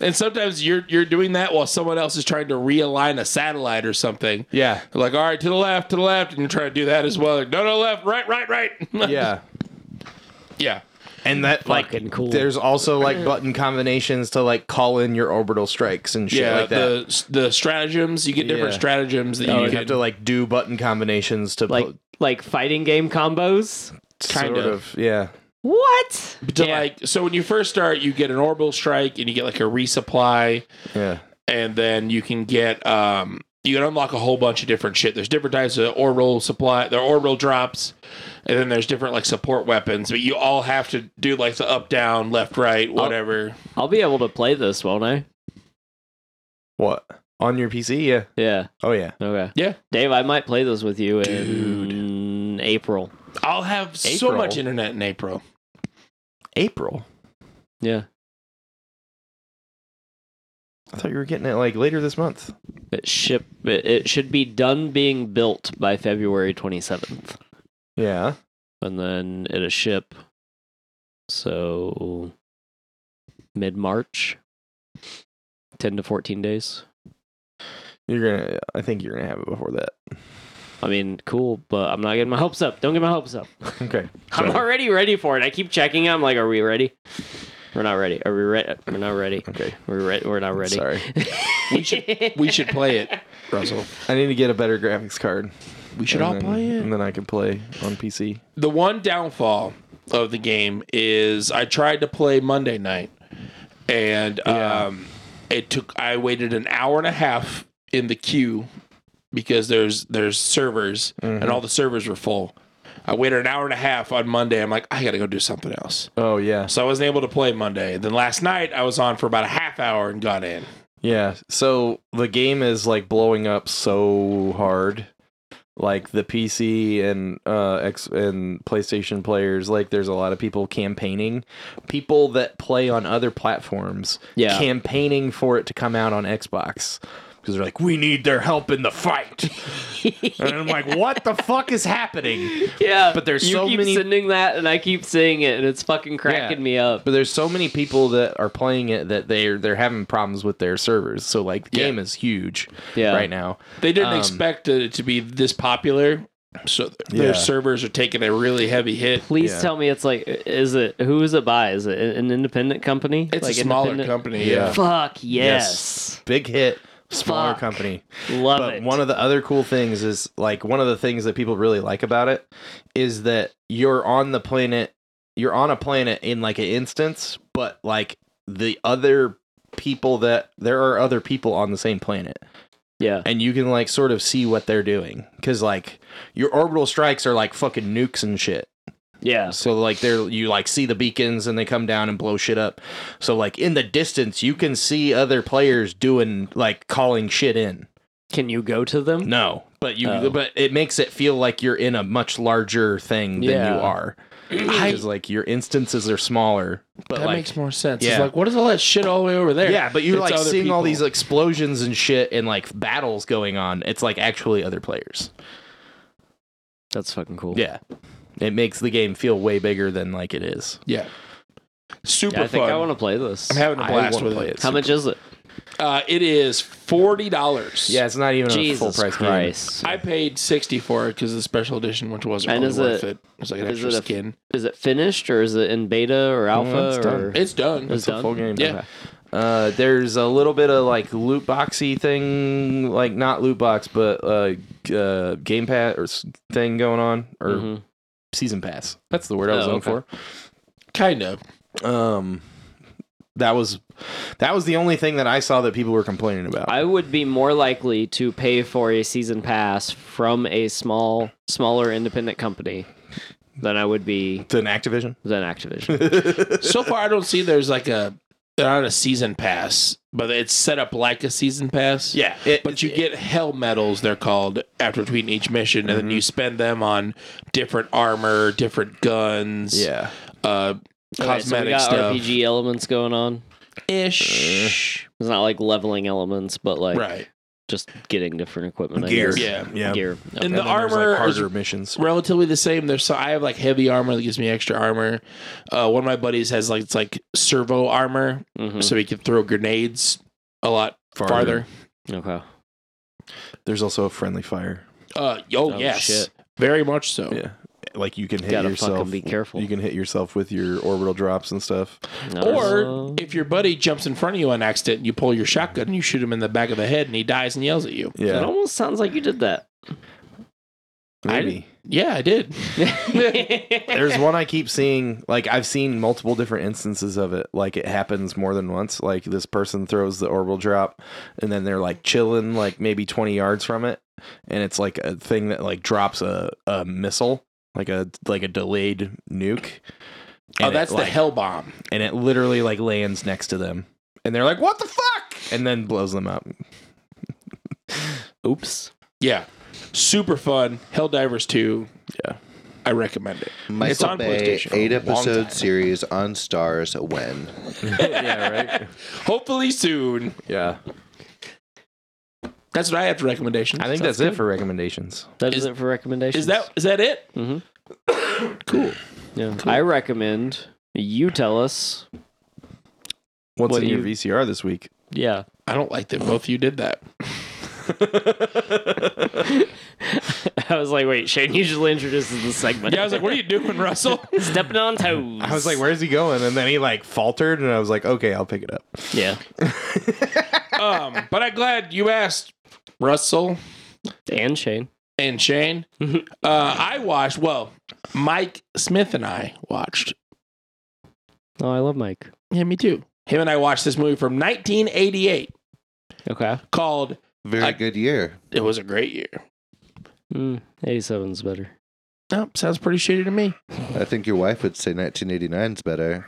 S2: And sometimes you're you're doing that while someone else is trying to realign a satellite or something.
S5: Yeah.
S2: They're Like, all right, to the left, to the left, and you're trying to do that as well. Like, no, no, left, right, right, right.
S5: Yeah.
S2: yeah.
S5: and that like
S3: Fucking cool.
S5: there's also like button combinations to like call in your orbital strikes and shit
S2: Yeah.
S5: like that
S2: the the stratagems, you get different
S5: Yeah. Oh,
S2: stratagems that
S5: you
S2: you
S5: have
S2: can
S5: to like do button combinations to
S3: Like
S5: put-
S3: like fighting game combos.
S2: kind
S5: sort
S2: of.
S5: of yeah
S3: What?
S2: to
S3: Yeah.
S2: like so when you first start you get an orbital strike and you get like a resupply
S5: yeah
S2: and then you can get um you can unlock a whole bunch of different shit. There's different types of orbital supply, there are orbital drops, and then there's different like support weapons. But you all have to do like the up, down, left, right, whatever.
S3: I'll be able to play this, won't I?
S5: what on your pc yeah
S3: Yeah.
S5: oh yeah
S3: Okay.
S2: Yeah.
S3: Dave, I might play this with you in April.
S2: I'll have so
S5: April.
S2: much internet in April.
S5: april
S3: Yeah.
S5: i thought you were getting it like later this month
S3: It ship it, it should be done being built by February 27th.
S5: yeah
S3: And then it'll ship so mid March. 10 to 14 days.
S5: you're gonna i think you're gonna have it before that
S3: I mean, cool, but I'm not getting my hopes up. Don't get my hopes up.
S5: okay
S3: I'm already ready for it. I keep checking. I'm like, are we ready? We're not ready. Are we ready? We're not ready.
S5: okay
S3: We're re- We're not ready.
S5: sorry
S2: We should we should play it, Russell.
S5: i need to get a better graphics card
S2: We should
S5: and
S2: all
S5: then-
S2: play it.
S5: and then i can play on pc
S2: the one downfall of the game is I tried to play Monday night and
S5: Yeah.
S2: um, it took I waited an hour and a half in the queue because there's there's servers
S5: Mm-hmm.
S2: and all the servers were full. I waited an hour and a half on Monday. I'm like, I gotta go do something else.
S5: oh yeah
S2: So I wasn't able to play Monday. Then last night I was on for about a half hour and got in.
S5: Yeah. So the game is like blowing up so hard like the PC and uh X and PlayStation players, like there's a lot of people campaigning, people that play on other platforms,
S3: Yeah.
S5: campaigning for it to come out on Xbox because they're like, we need their help in the fight, and I'm like, what the fuck is happening?
S3: Yeah,
S5: But there's
S3: you
S5: so
S3: keep
S5: many-
S3: sending that, and I keep seeing it, and it's fucking cracking
S5: Yeah.
S3: me up.
S5: But there's so many people that are playing it that they're they're having problems with their servers. So like the
S2: Yeah.
S5: game is huge
S3: Yeah.
S5: right now.
S2: They didn't
S5: Um,
S2: expect it to be this popular, so th-
S5: Yeah.
S2: their servers are taking a really heavy hit.
S3: Please
S5: Yeah.
S3: tell me it's like, is it who is it by? Is it an independent company?
S2: It's
S3: like
S2: a smaller
S3: independent-
S2: company.
S5: Yeah.
S2: Yeah.
S3: Fuck yes,
S5: Yes. Big hit, smaller
S3: Fuck.
S5: company.
S3: love
S5: but
S3: it.
S5: one of the other cool things is like one of the things that people really like about it is that you're on the planet you're on a planet in like an instance but like the other people that there are other people on the same planet
S3: yeah,
S5: and you can like sort of see what they're doing because like your orbital strikes are like fucking nukes and shit
S3: yeah,
S5: so like they're you like see the beacons and they come down and blow shit up so like in the distance you can see other players doing like calling shit in
S3: Can you go to them?
S5: no, but you
S3: Oh.
S5: but it makes it feel like you're in a much larger thing than
S3: Yeah.
S5: you are. Because like your instances are smaller, but
S2: that
S5: like
S2: makes more sense. It's
S5: yeah.
S2: like, what is all that shit all the way over there?
S5: yeah, but you're
S2: It's
S5: like
S2: other
S5: seeing all
S2: people.
S5: these explosions and shit and like battles going on. It's like actually other players.
S3: That's fucking cool.
S5: Yeah. It makes the game feel way bigger than like it is.
S2: yeah, super
S3: Yeah, I think
S2: fun.
S3: I want to play this.
S2: I'm having a
S5: I
S2: blast
S5: wanna
S2: with
S5: play
S2: it.
S5: it.
S3: How much is it?
S2: Uh, it is forty dollars.
S5: Yeah, it's not even a full
S3: Jesus
S5: price game.
S3: Christ!
S2: I paid sixty for it because the special edition, which wasn't
S3: And
S2: really
S3: is
S2: worth
S3: it-
S2: it, it was like an
S3: is
S2: extra
S3: it a-
S2: skin.
S3: Is it finished or is it in beta or alpha?
S5: it's done.
S3: or...
S2: It's done.
S3: It's
S5: It's a
S3: done?
S5: full game.
S2: Yeah.
S5: Okay. Uh, there's a little bit of like loot boxy thing, like not loot box, but uh, g- uh game pass or s- thing going on, or
S3: Mhm.
S5: season pass. That's the word I was
S3: Oh,
S5: looking
S3: okay.
S2: kind of.
S5: for. Um, that was that was the only thing that I saw that people were complaining about.
S3: I would be more likely to pay for a season pass from a small, smaller independent company than I would be
S5: than Activision.
S3: than Activision.
S2: so far, I don't see there's like a they're not a season pass, but it's set up like a season pass.
S5: Yeah, it,
S2: But you get hell medals, they're called, after tweeting each mission, and then you spend them on different armor, different guns,
S5: yeah.
S2: uh,
S3: Okay, so we
S2: cosmetic
S3: got
S2: stuff,
S3: RPG elements going on.
S2: ish.
S3: It's not like leveling elements, but Uh, like
S2: right.
S3: just getting different equipment. I
S5: Gear.
S3: guess.
S2: Yeah.
S5: Yeah.
S3: Gear. Okay.
S2: And
S5: And
S2: the
S5: then there's, like,
S2: armor is
S5: harder missions.
S2: relatively the same. There's so I have like heavy armor that gives me extra armor. Uh, one of my buddies has like it's like servo armor,
S3: Mhm.
S2: so he can throw grenades a lot farther.
S3: Okay.
S5: There's also a friendly fire.
S2: Uh, oh,
S3: Oh,
S2: yes,
S3: shit.
S2: very much so.
S5: Yeah. Like you can hit
S3: Gotta
S5: yourself.
S3: fucking be careful.
S5: You can hit yourself with your orbital drops and stuff.
S2: Or
S3: Uh,
S2: if your buddy jumps in front of you on accident, you pull your shotgun and you shoot him in the back of the head, and he dies and yells at you.
S5: Yeah.
S3: it almost sounds like you did that.
S2: I-
S5: Maybe.
S2: Yeah, I did.
S5: There's one I keep seeing. Like I've seen multiple different instances of it. Like it happens more than once. Like this person throws the orbital drop, and then they're like chilling, like maybe 20 yards from it, and it's like a thing that like drops a, a missile, like a like a delayed nuke.
S2: oh,
S5: And it,
S2: that's the
S5: like-
S2: hell bomb.
S5: and it literally like lands next to them, and they're like, "What the fuck!" and then blows them up.
S3: Oops.
S2: Yeah, super fun. Helldivers two.
S5: Yeah.
S2: I recommend it.
S4: Michael
S2: It's on
S4: Bay,
S2: PlayStation for a
S4: eight
S2: long
S4: episode
S2: time.
S4: series on Stars. When
S5: yeah, right.
S2: Hopefully soon.
S5: Yeah,
S2: That's what I have for recommendations.
S5: I think that's, it for recommendations.
S3: That is,
S2: Is-
S3: it for recommendations.
S2: Is that is that it?
S3: Mhm.
S2: cool.
S3: Yeah. I recommend you tell us.
S5: What's
S3: What
S5: in
S3: do
S5: your VCR this week?
S3: Yeah.
S2: I don't like that both of you did that.
S3: I was like, wait, Shane usually introduces the segment.
S2: Yeah, I was like, what are you doing, Russell?
S3: Stepping on toes.
S5: I was like, "Where's he going?" And then he like faltered, and I was like, "Okay, I'll pick it up."
S3: Yeah.
S2: um, but I'm glad you asked, Russell
S3: And Shane.
S2: and Shane. uh, I watched, well, Mike Smith and I watched.
S3: Oh, I love Mike.
S2: Yeah, me too. Him and I watched this movie from 1988
S3: Okay.
S2: called
S4: very
S2: I-
S4: good year.
S2: It Was a Great Year.
S3: Mm, 87's better.
S2: Oh, sounds pretty shitty to me.
S4: I think your wife would say 1989's better.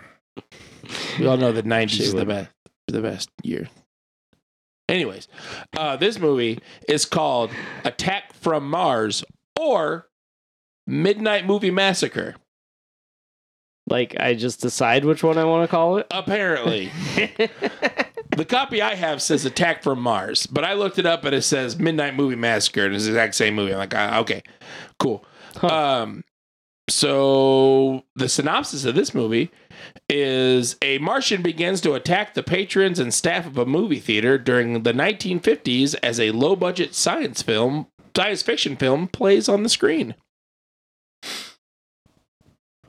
S2: We all know that 90s is
S3: She
S2: the
S3: would.
S2: best, the best year. Anyways, uh, this movie is called Attack from Mars or Midnight Movie Massacre.
S3: Like I just decide which one I want to call it.
S2: Apparently, the copy I have says Attack from Mars, but I looked it up and it says Midnight Movie Massacre, and it's the exact same movie. I'm like, ah, okay, cool.
S3: Huh.
S2: Um, so the synopsis of this movie is a Martian begins to attack the patrons and staff of a movie theater during the 1950s as a low-budget science film, science fiction film, plays on the screen.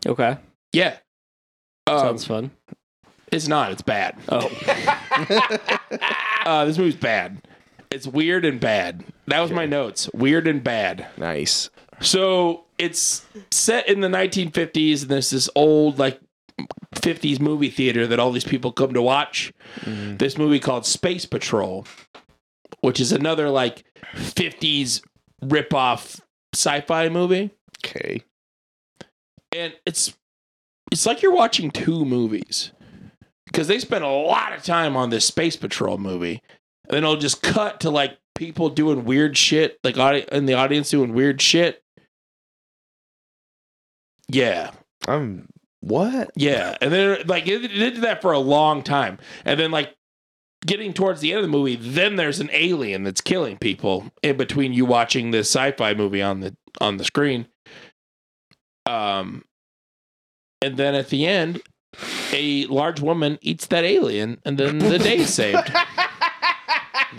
S3: okay,
S2: Yeah. Um,
S3: sounds fun.
S2: it's not. It's bad.
S3: Oh,
S2: Uh, this movie's bad. It's weird and bad. That was my notes. Weird and bad.
S5: Nice.
S2: So it's set in the 1950s, and there's this old like 50s movie theater that all these people come to watch. This movie called Space Patrol, which is another like 50s ripoff sci-fi movie,
S5: Okay.
S2: and it's it's like you're watching two movies because they spent a lot of time on this Space Patrol movie, and then it'll just cut to like people doing weird shit, like audi- in the audience doing weird shit. Yeah,
S5: I'm what?
S2: yeah, and then like it, it did that for a long time, and then like getting towards the end of the movie, then there's an alien that's killing people in between you watching this sci-fi movie on the on the screen. Um, and then at the end, a large woman eats that alien, and then the day's saved.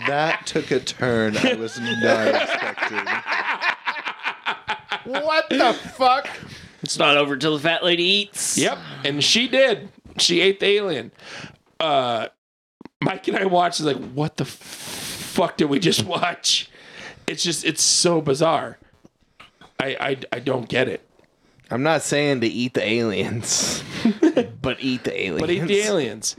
S4: That took a turn I was not expecting.
S5: What the fuck?
S3: it's not over till the fat lady eats.
S2: Yep, and she did. She ate the alien. Uh, Mike and I watched. Is like, what the f- fuck did we just watch? It's just, it's so bizarre. I, I, I don't get it.
S5: I'm not saying to eat the aliens, but eat the aliens.
S2: But eat the aliens.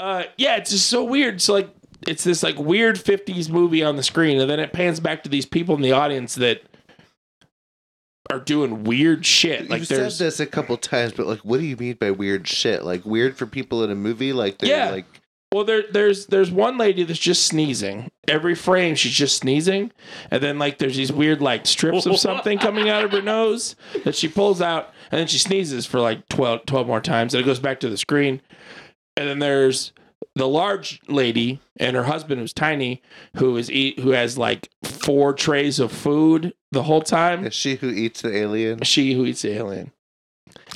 S2: Uh, yeah, it's just so weird. So like, it's this like weird '50s movie on the screen, and then it pans back to these people in the audience that are doing weird shit. Like
S4: You've said
S2: there's
S4: this a couple times, but like, what do you mean by weird shit? Like weird for people in a movie? Like they're
S2: Yeah.
S4: like
S2: Well, there, there's there's one lady that's just sneezing. Every frame, she's just sneezing, and then like there's these weird like strips of something coming out of her nose that she pulls out, and then she sneezes for like 12, 12 more times, and it goes back to the screen. And then there's the large lady and her husband, who's tiny, who is eat who has like four trays of food the whole time.
S4: is she who eats the alien?
S2: She who eats the alien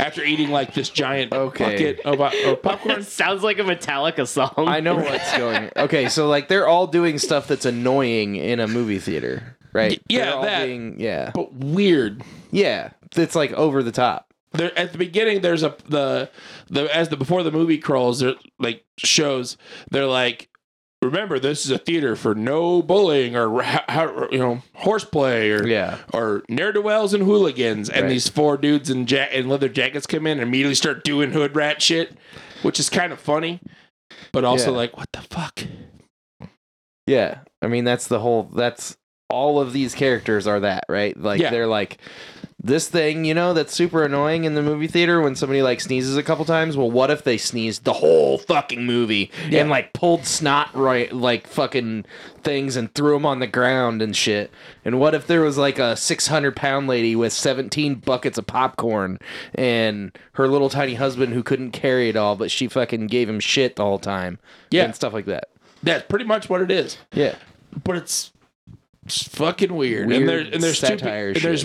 S2: after eating like this giant
S5: Okay.
S2: bucket of, uh, of popcorn.
S3: That sounds like a Metallica song.
S5: I know what's going. Okay, so like they're all doing stuff that's annoying in a movie theater, right?
S2: Y- yeah,
S5: They're all
S2: that.
S5: being- yeah,
S2: But weird.
S5: yeah. It's like over the top.
S2: there at the beginning there's a the the as the before the movie crawls they're like shows they're like remember this is a theater for no bullying or ra- how, you know horseplay or
S5: Yeah.
S2: or ne'er do wells and hooligans and
S5: Right.
S2: these four dudes in ja- in leather jackets come in and immediately start doing hood rat shit which is kind of funny but also
S5: Yeah.
S2: like what the fuck
S5: Yeah. I mean, that's the whole that's all of these characters are that, right? Like
S2: Yeah.
S5: they're like this thing, you know, that's super annoying in the movie theater when somebody like sneezes a couple times. Well, what if they sneezed the whole fucking movie
S2: Yeah.
S5: and like pulled snot right like fucking things and threw them on the ground and shit? And what if there was like a 600 pound lady with 17 buckets of popcorn and her little tiny husband who couldn't carry it all, but she fucking gave him shit the whole time?
S2: Yeah.
S5: And stuff like that.
S2: that's pretty much what it is
S5: Yeah.
S2: but it's, it's fucking weird,
S5: Weird
S2: and there and there's two pe-
S5: satire
S2: and there's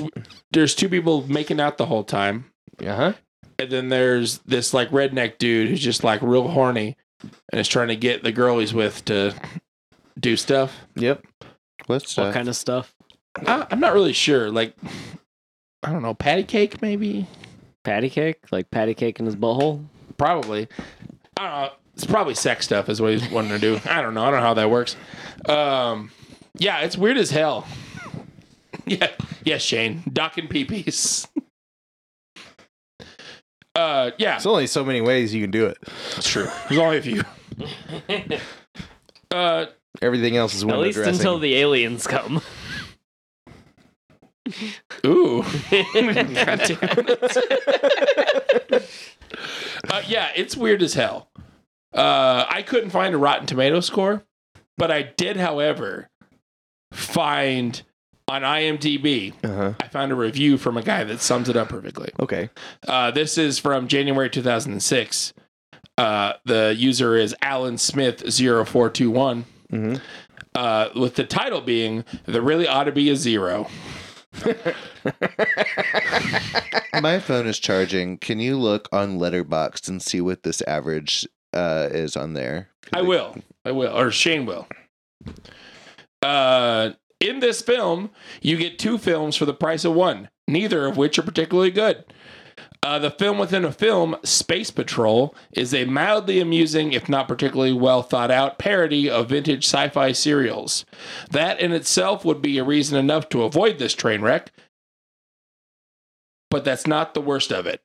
S2: there's two people making out the whole time
S5: Uh huh.
S2: And then there's this like redneck dude who's just like real horny and is trying to get the girl he's with to do stuff.
S5: Yep.
S4: What's
S3: what
S4: that?
S3: kind of stuff?
S2: I, I'm not really sure. Like, I don't know, patty cake maybe?
S3: Patty cake, like patty cake in his butthole.
S2: Probably. I don't know. It's probably sex stuff is what he's wanting to do. I don't know. I don't know how that works. Um, yeah, it's weird as hell. yeah. Yes, Shane. Docking peepees. uh, yeah.
S5: There's only so many ways you can do it.
S2: That's true. There's only a few. uh,
S5: Everything else is
S3: At
S5: window
S3: least
S5: dressing.
S3: until the aliens come.
S2: Ooh. God damn it. uh, yeah, it's weird as hell. Uh, I couldn't find a Rotten Tomato score, but I did, however, find on IMDb,
S5: Uh-huh.
S2: I found a review from a guy that sums it up perfectly.
S5: Okay.
S2: Uh, this is from January 2006. Uh, the user is Alan Smith 0421.
S5: Mhm.
S2: Uh, with the title being "The Really Ought to Be a Zero.
S4: My phone is charging. Can you look on Letterboxd and see what this average uh, is on there?
S2: I will, I will, or Shane will. Uh, in this film, you get two films for the price of one, neither of which are particularly good. Uh, the film within a film, Space Patrol, is a mildly amusing, if not particularly well thought out, parody of vintage sci fi serials. That in itself would be a reason enough to avoid this train wreck, but that's not the worst of it.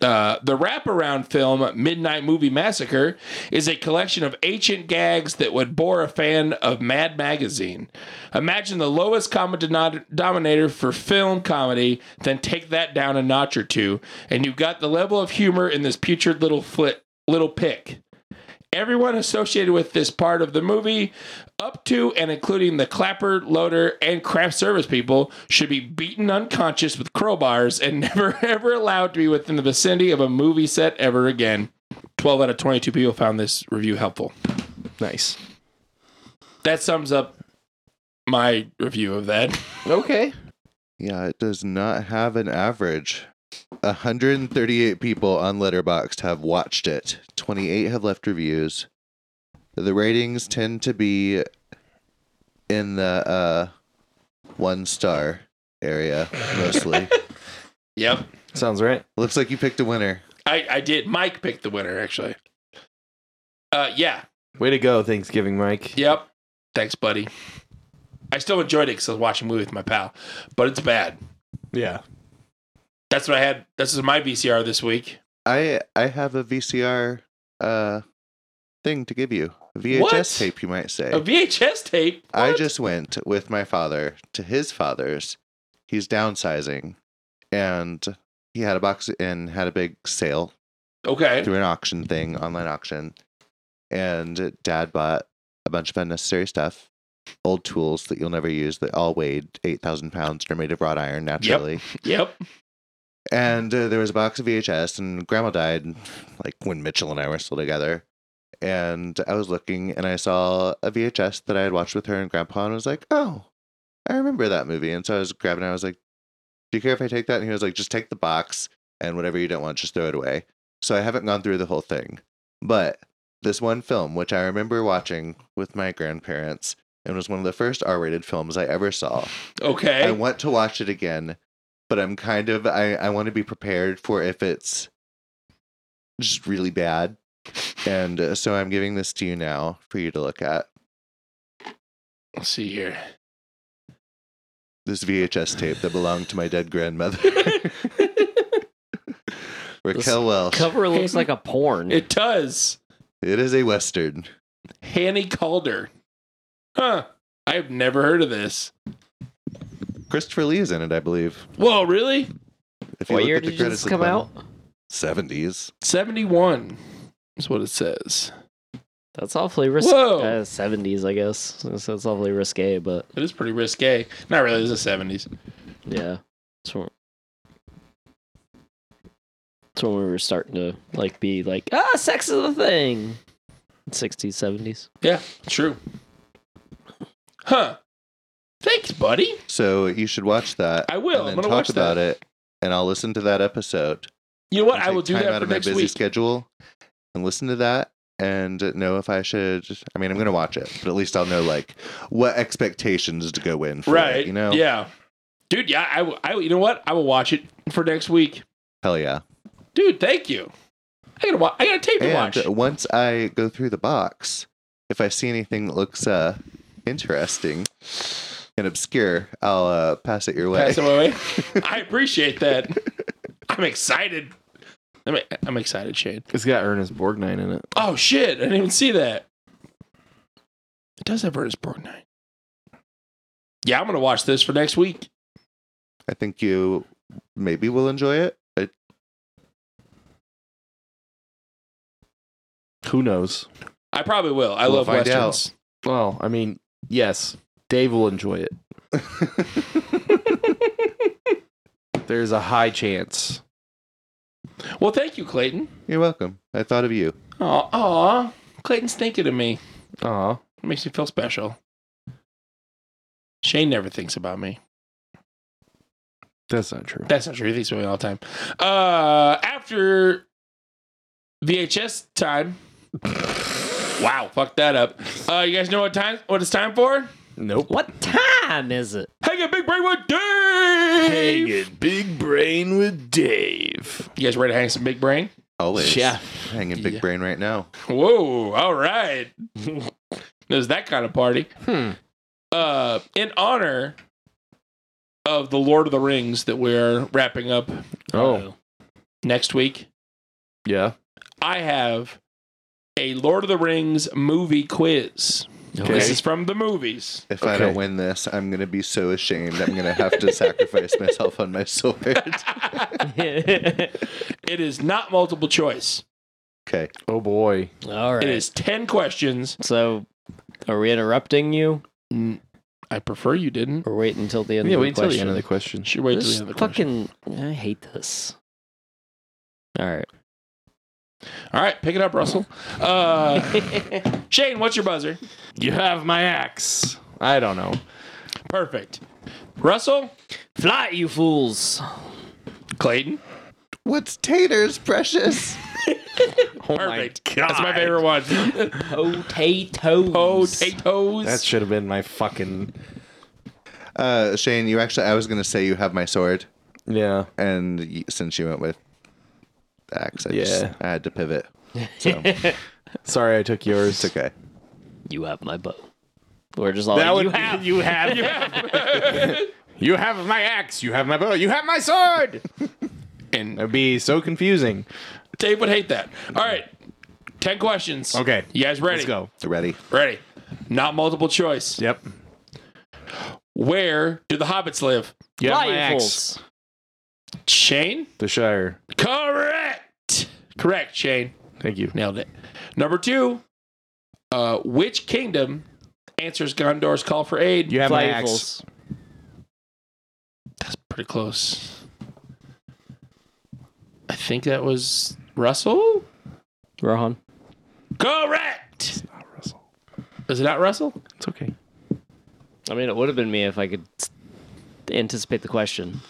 S2: Uh, the wraparound film Midnight Movie Massacre is a collection of ancient gags that would bore a fan of Mad Magazine. Imagine the lowest common denon- denominator for film comedy, then take that down a notch or two, and you've got the level of humor in this putrid little flit, little pick. Everyone associated with this part of the movie, up to and including the clapper, loader, and craft service people, should be beaten unconscious with crowbars and never ever allowed to be within the vicinity of a movie set ever again. 12 out of 22 people found this review helpful.
S5: Nice.
S2: That sums up my review of that.
S5: Okay.
S4: Yeah, it does not have an average. 138 people on Letterboxd have watched it. 28 have left reviews. The ratings tend to be in the uh, one star area mostly.
S2: Yep.
S5: Sounds right.
S4: Looks like you picked a winner.
S2: I, I did. Mike picked the winner, actually. Uh, yeah.
S5: Way to go, Thanksgiving, Mike.
S2: Yep. Thanks, buddy. I still enjoyed it because I was watching a movie with my pal, but it's bad.
S5: Yeah.
S2: That's what I had. This is my VCR this week.
S4: I I have a VCR uh thing to give you. A VHS
S2: What?
S4: tape, you might say.
S2: A VHS tape.
S4: I
S2: What?
S4: just went with my father to his father's. He's downsizing, and he had a box and had a big sale
S2: okay.
S4: through an auction thing, online auction. And dad bought a bunch of unnecessary stuff, old tools that you'll never use that all weighed eight thousand pounds and are made of wrought iron naturally.
S2: Yep.
S4: And uh, there was a box of VHS, and Grandma died, like when Mitchell and I were still together. And I was looking, and I saw a VHS that I had watched with her and Grandpa, and I was like, "Oh, I remember that movie." And so I was grabbing, it, I was like, "Do you care if I take that?" And he was like, "Just take the box, and whatever you don't want, just throw it away." So I haven't gone through the whole thing, but this one film, which I remember watching with my grandparents, and was one of the first R-rated films I ever saw.
S2: Okay.
S4: I want to watch it again, but I'm kind of I, I want to be prepared for if it's just really bad. And uh, so I'm giving this to you now for you to look at
S2: Let's see here.
S4: this VHS tape that belonged to my dead grandmother, Raquel Welch.
S3: Cover looks like a porn.
S2: It does.
S4: It is a western.
S2: Hanny Calder. Huh. I've never heard of this.
S4: Christopher Lee is in it, I believe.
S2: Whoa, really?
S4: If
S3: what year did this come out?
S4: Seventies.
S2: 71 is what it says.
S3: That's awfully risky.
S2: Whoa.
S3: Uh, 70s, I guess. So so it's awfully risque, but
S2: It is pretty risque. Not really. It's the 70s.
S3: yeah. That's when, that's when we were starting to like be like, ah, sex is the thing. 60s, 70s.
S2: Yeah, true. Huh. Thanks, buddy.
S4: So you should watch that.
S2: I will.
S4: And
S2: I'm
S4: then
S2: gonna
S4: talk
S2: watch that.
S4: about it, and I'll listen to that episode.
S2: You know what?
S4: and
S2: I
S4: take
S2: will do
S4: time
S2: that
S4: out
S2: for
S4: of my
S2: next
S4: busy
S2: week.
S4: schedule and listen to that and know if I should. I mean, I'm going to watch it, but at least I'll know like what expectations to go in. For it,
S2: right.
S4: you know.
S2: Yeah. Dude, yeah, I, will- I, will- you know what? I will watch it for next week.
S4: Hell yeah.
S2: Dude, thank you. I gotta watch. I got a tape to
S4: And uh,
S2: watch.
S4: once I go through the box, if I see anything that looks uh interesting and obscure, I'll uh, pass it your way.
S2: Pass them away. I appreciate that. I'm excited. I'm, I'm excited, Shane.
S5: It's got Ernest Borgnine in it.
S2: Oh shit! I didn't even see that. It does have Ernest Borgnine. Yeah, I'm gonna watch this for next week.
S4: I think you maybe will enjoy it. I,
S5: Who knows?
S2: I probably will. I
S4: We'll
S2: love
S4: find
S2: westerns.
S5: Well, I mean, yes. Dave will enjoy it. There's a high chance.
S2: Well, thank you, Clayton.
S4: You're welcome. I thought of you.
S2: Aw, aw. Clayton's thinking of me.
S5: Aw.
S2: It makes me feel special. Shane never thinks about me.
S5: That's not true.
S2: That's not true. He thinks about me all the time. Uh, after VHS time. wow, fuck that up. Uh, you guys know what time? What it's time for?
S5: Nope.
S3: What time is it?
S2: Hang a big brain with Dave.
S5: big brain with Dave.
S2: You guys ready to hang some big brain?
S4: Always.
S5: Yeah.
S4: Hanging big
S2: Yeah.
S4: brain right now.
S2: Whoa! All right, it was that kind of party.
S5: Hmm.
S2: Uh, in honor of the Lord of the Rings that we're wrapping up uh,
S5: Oh,
S2: next week,
S5: yeah.
S2: I have a Lord of the Rings movie quiz. This
S5: Okay.
S2: is from the movies.
S4: If I
S5: Okay.
S4: don't win this, I'm gonna be so ashamed. I'm gonna have to sacrifice myself on my sword.
S2: It is not multiple choice.
S4: Okay.
S5: Oh boy.
S3: All right.
S2: It is ten questions.
S3: So, are we interrupting you,
S5: Mm.
S2: I prefer you didn't.
S3: or wait until the end
S5: Yeah,
S3: of the
S5: wait until the
S3: question?
S5: end of the question.
S2: Should wait till the
S3: This
S2: end of the question.
S3: fucking, I hate this. All right.
S2: All right, pick it up, Russell. Uh, Shane, what's your buzzer?
S5: You have my axe. I don't know.
S2: Perfect. Russell,
S3: Fly, you fools!
S2: Clayton.
S4: What's taters, precious?
S5: Oh my
S2: Perfect. That's my favorite one.
S3: Potatoes.
S2: Potatoes.
S5: That should have been my fucking
S4: Uh, Shane, you actually, I was gonna say you have my sword,
S5: yeah.
S4: and y- since you went with the axe, I just
S5: Yeah.
S4: I had to pivot. So
S5: Sorry, I took yours.
S4: it's okay.
S3: You have my bow. We're just all
S5: That
S3: like,
S5: would
S3: you
S5: be-
S3: have.
S5: you have you have you have my axe. You have my bow. You have my sword.
S2: and
S5: That'd be so confusing.
S2: Dave would hate that. All right. Ten questions.
S5: Okay.
S2: You guys ready?
S5: Let's go.
S4: Ready?
S2: Ready. Not multiple choice.
S5: Yep.
S2: Where do the hobbits live?
S5: You have
S3: Fly,
S5: my
S3: you
S5: axe.
S3: fools!
S2: Shane?
S5: The Shire.
S2: Correct. Correct, Shane.
S5: Thank you.
S2: Nailed it. Number two. Uh, which kingdom answers Gondor's call for aid?
S5: You have
S3: Fly,
S5: my
S3: you
S5: axe.
S3: fools.
S2: That's pretty close. I think that was Russell?
S3: Rohan.
S2: Correct.
S5: Not Russell.
S2: Is it not Russell?
S5: It's okay.
S3: I mean, it would have been me if I could s- anticipate the question.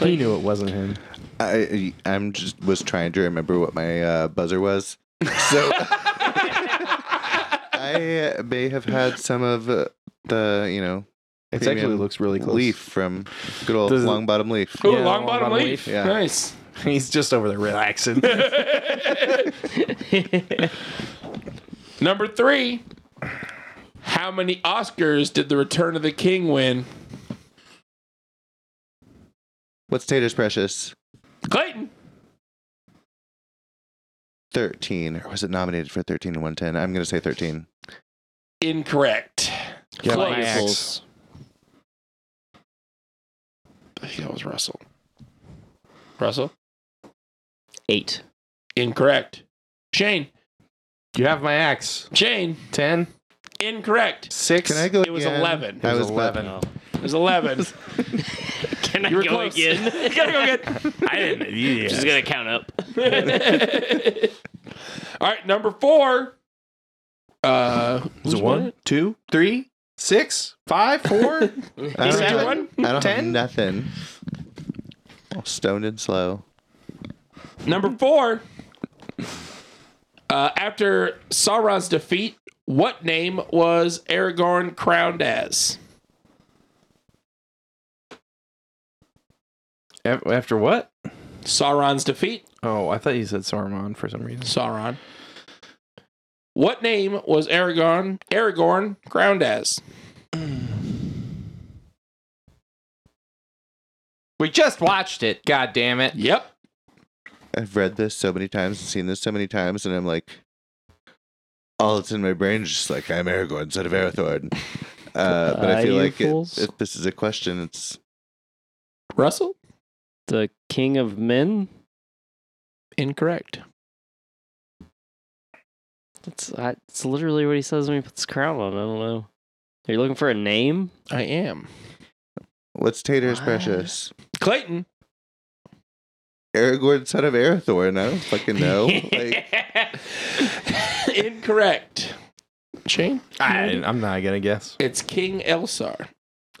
S5: He knew it wasn't him.
S4: I I'm just was trying to remember what my uh, buzzer was. So I may have had some of uh, the you know
S5: It
S4: Premium
S5: actually looks really close.
S4: leaf from good old
S5: Does it-
S4: long bottom leaf.
S2: Ooh,
S5: Yeah,
S2: long, bottom, leaf.
S4: Yeah.
S2: Nice.
S5: He's just over there relaxing.
S2: Number three. How many Oscars did The Return of the King win?
S4: What's taters, precious?
S2: Clayton.
S4: Thirteen, or was it nominated for thirteen and one ten? I'm gonna say thirteen.
S2: Incorrect.
S5: Yeah,
S2: Close.
S3: Fly, you fools.
S2: I think that was Russell. Russell.
S3: Eight.
S2: Incorrect. Shane.
S5: You have my axe.
S2: Shane.
S5: Ten.
S2: Incorrect.
S5: Six.
S4: Can I go?
S2: It was
S4: again?
S2: 11.
S4: I
S5: It
S4: was
S5: was 11.
S4: eleven.
S2: It was 11.
S3: Can I
S2: You were
S3: go
S2: close.
S3: again?
S2: Gotta go again.
S5: I didn't. Yeah.
S3: She's gonna count up.
S2: All right, number four. Uh,
S5: Was it one, two, three, six, five, four?
S4: I don't,
S2: Seven.
S4: have, I don't have
S5: Ten?
S4: nothing. Stoned and slow.
S2: Number four. Uh, after Sauron's defeat, what name was Aragorn crowned as?
S5: Af- After what?
S2: Sauron's defeat.
S5: Oh, I thought you said Saruman for some reason.
S2: Sauron. What name was Aragorn? Aragorn crowned as.
S5: We just watched it. God damn it.
S2: Yep.
S4: I've read this so many times and seen this so many times, and I'm like, all that's in my brain is just like, I'm Aragorn, son of Arathorn. Uh, but I
S3: Aye,
S4: feel
S3: you
S4: like it,
S3: fools.
S4: if this is a question, it's
S2: Russell.
S3: The king of men.
S2: Incorrect.
S3: That's I, it's literally what he says when he puts the crown on. I don't know. Are you looking for a name?
S2: I am
S4: What's Tater's
S3: What?
S4: precious?
S2: Clayton.
S4: Aragorn, son of Arathor. No, fucking no. like,
S2: Incorrect. Shane,
S5: I, I'm not gonna guess.
S2: it's King Elsar.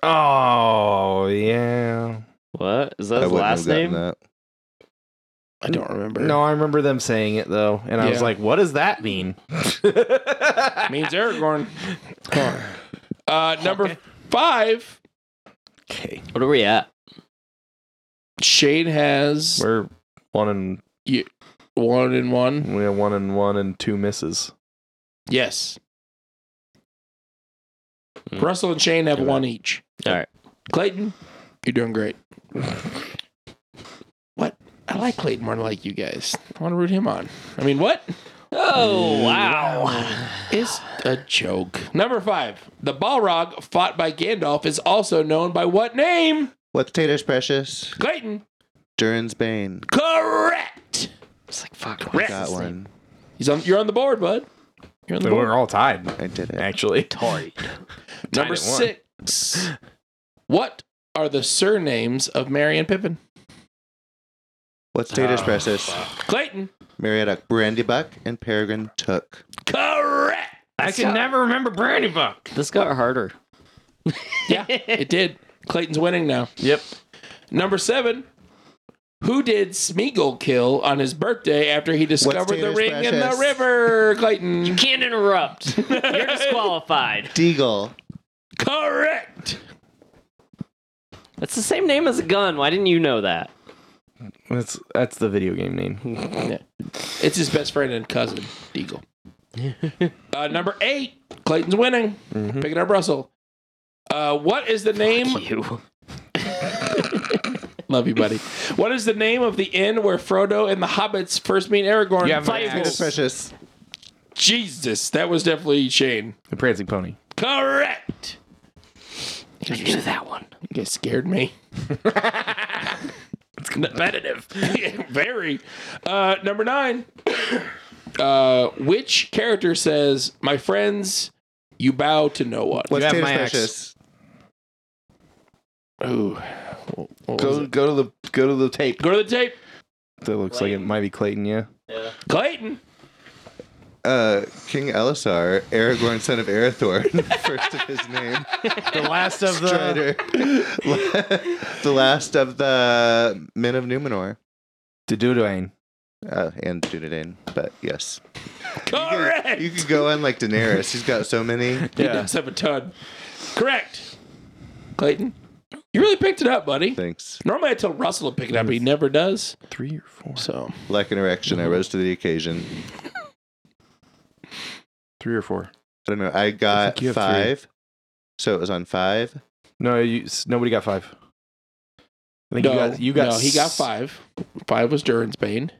S5: Oh yeah.
S3: What is that
S4: I
S3: his
S4: wouldn't
S3: last
S4: have gotten
S3: name?
S4: that.
S2: I don't remember.
S5: No, I remember them saying it though, and I was
S2: Yeah.
S5: like, "What does that mean?"
S2: means Aragorn. Uh, number five,
S5: okay,
S3: What are we at?
S2: Shane has
S5: we're one and
S2: one and one.
S5: we have one and one and two misses.
S2: Yes.
S3: Mm.
S2: Russell and Shane have
S5: Okay.
S2: one each.
S3: All right.
S2: Clayton, you're doing great. what? I like Clayton more than I like you guys. I want to root him on. I mean, what?
S3: Oh wow!
S2: It's a joke. Number five. The Balrog fought by Gandalf is also known by what name?
S4: What's Tater's precious?
S2: Clayton.
S4: Durin's Bane.
S2: Correct.
S3: It's like fuck.
S4: I
S3: What's
S4: got
S3: his
S4: one.
S3: name?
S2: He's on. You're on the board, bud. You're on the board.
S5: We're all tied,
S4: I did it.
S5: actually.
S3: Tori.
S2: Number
S5: at one.
S2: six. What are the surnames of Mary and Pippin?
S4: What's Tater's precious?
S2: Clayton.
S4: Marietta Brandybuck and Peregrine Took.
S2: Correct.
S5: I can never remember Brandy Buck.
S3: This got harder.
S2: Yeah, it did. Clayton's winning now.
S5: Yep.
S2: Number seven. Who did Smeagol kill on his birthday after he discovered the
S4: Taylor's
S2: ring in the
S4: precious?
S2: river? Clayton.
S3: Can't interrupt. You're disqualified.
S4: Deagle.
S2: Correct.
S3: That's the same name as a gun. Why didn't you know that?
S5: That's that's the video game name.
S2: It's his best friend and cousin, Deagle. uh, number eight. Clayton's winning. Picking up Russell. Uh, what is the name?
S3: You.
S2: Love you, buddy. What is the name of the inn where Frodo and the hobbits first meet Aragorn?
S5: Yeah,
S4: Tater's
S3: Fievel.
S4: precious.
S2: Jesus, that was definitely Shane.
S5: The Prancing Pony.
S2: Correct.
S3: You knew that one.
S2: You guys scared me.
S5: It's competitive.
S2: Very. Uh, number nine. Uh, which character says, "My friends, you bow to no one"?
S4: What's
S5: have
S4: Tater's
S5: my axe.
S4: precious?
S2: Ooh. What- what was it?
S5: go to the go to the tape.
S2: Go to the tape.
S5: That looks like it might be Clayton. Yeah.
S2: Clayton.
S4: Uh, King Elisar, Aragorn, son of Arathorn, first of his name.
S5: The last of
S4: Strider. the last of the men of Numenor.
S5: the Duduane.
S4: Uh, and Dunedain, but yes.
S2: Correct.
S4: You could go on like Daenerys. He's got so many.
S2: He does have a ton. Correct. Clayton. You really picked it up, buddy.
S4: Thanks.
S2: Normally I tell Russell to pick it up, but he never does.
S5: Three or four.
S2: So
S4: Like an erection, I rose to the occasion.
S5: Three or four.
S4: I don't know. I got
S5: think you have three.
S4: five. So it was on five.
S5: No, you, s- nobody got five. I think
S2: no,
S5: you got you got
S2: no, he got
S5: s-
S2: five. Five was Durin's Bane.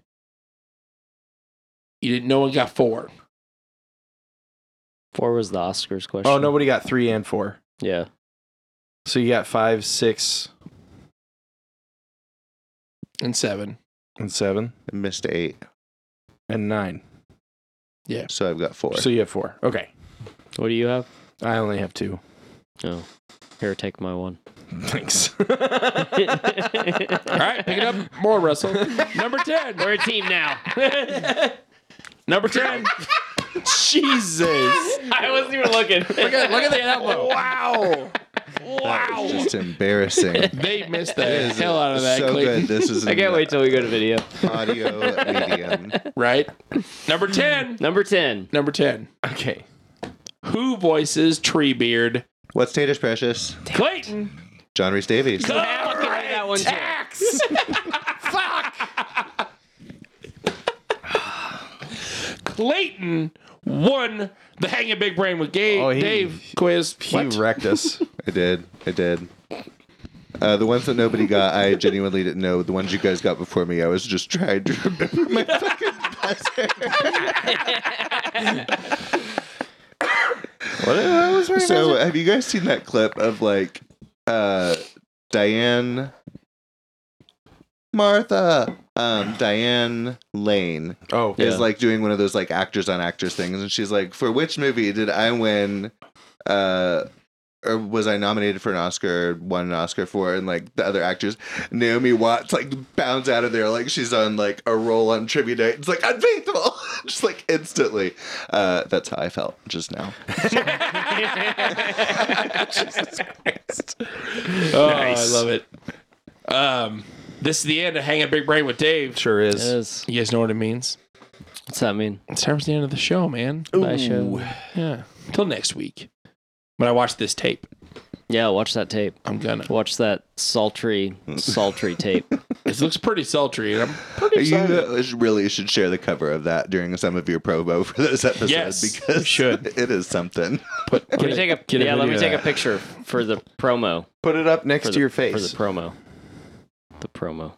S2: You didn't. No one got four.
S3: Four was the Oscars question.
S5: Oh, nobody got three and four.
S3: Yeah.
S5: So you got five, six,
S2: and seven.
S5: and seven,
S4: I missed eight.
S5: and nine.
S4: So I've got four.
S5: So you have four. Okay,
S3: What do you have?
S5: I only have two.
S3: Oh. Here, take my one.
S5: Thanks.
S2: All right, pick it up more, Russell. Number ten.
S3: We're a team now.
S2: Number ten. Jesus.
S3: I wasn't even looking.
S2: Look at the elbow. Wow.
S4: Wow.
S2: Wow.
S4: Just embarrassing.
S2: They missed the hell out of that.
S4: so
S2: Clayton.
S4: good. This is
S3: I can't
S4: an
S3: wait till we go to video.
S4: audio medium.
S2: Right. Number ten.
S3: Number 10.
S2: Number ten.
S5: okay.
S2: Who voices Treebeard?
S4: What's Tater's precious?
S2: Clayton.
S4: John Reese Davies.
S3: fucking had that one too.
S2: Tax. Fuck. Clayton won the Hanging Big Brain with Gabe,
S5: Oh, he-
S2: Dave quiz.
S5: He
S2: What?
S5: wrecked us.
S4: I did. I did. Uh, the ones that nobody got, I genuinely didn't know. The ones you guys got before me, I was just trying to remember my fucking password.
S5: what the hell was wrong?
S4: So, have you guys seen that clip of like uh, Diane Martha. Um, Diane Lane
S5: Oh,
S4: is like doing one of those like actors on actors things, and she's like, "For which movie did I win? Uh, or was I nominated for an Oscar? or Won an Oscar for?" And like the other actors, Naomi Watts like bounds out of there like she's on like a roll on trivia night. It's like unfaithful, just like instantly. Uh, that's how I felt just now.
S2: Oh, I love it. Um, this is the end of Hanging Big Brain with Dave.
S5: sure is.
S3: Yes.
S2: You guys know what it means.
S3: What's that mean?
S2: It's time for the end of the show, man.
S3: Bye, show.
S2: Yeah. Till next week. When I watch this tape,
S3: Yeah, watch that tape.
S2: I'm gonna.
S3: Watch that sultry, sultry tape.
S2: It looks pretty sultry, and I'm
S4: You uh, really should share the cover of that during some of your promo for those episodes
S2: Yes, you
S4: because
S2: should.
S4: it is something.
S2: put.
S3: Can we take a
S2: Get a
S3: yeah? Let
S2: video
S3: me
S2: of
S3: take a
S2: that.
S3: picture for the promo.
S5: Put it up
S3: For
S5: next
S3: the,
S5: to your
S3: for
S5: face.
S3: the promo. The promo.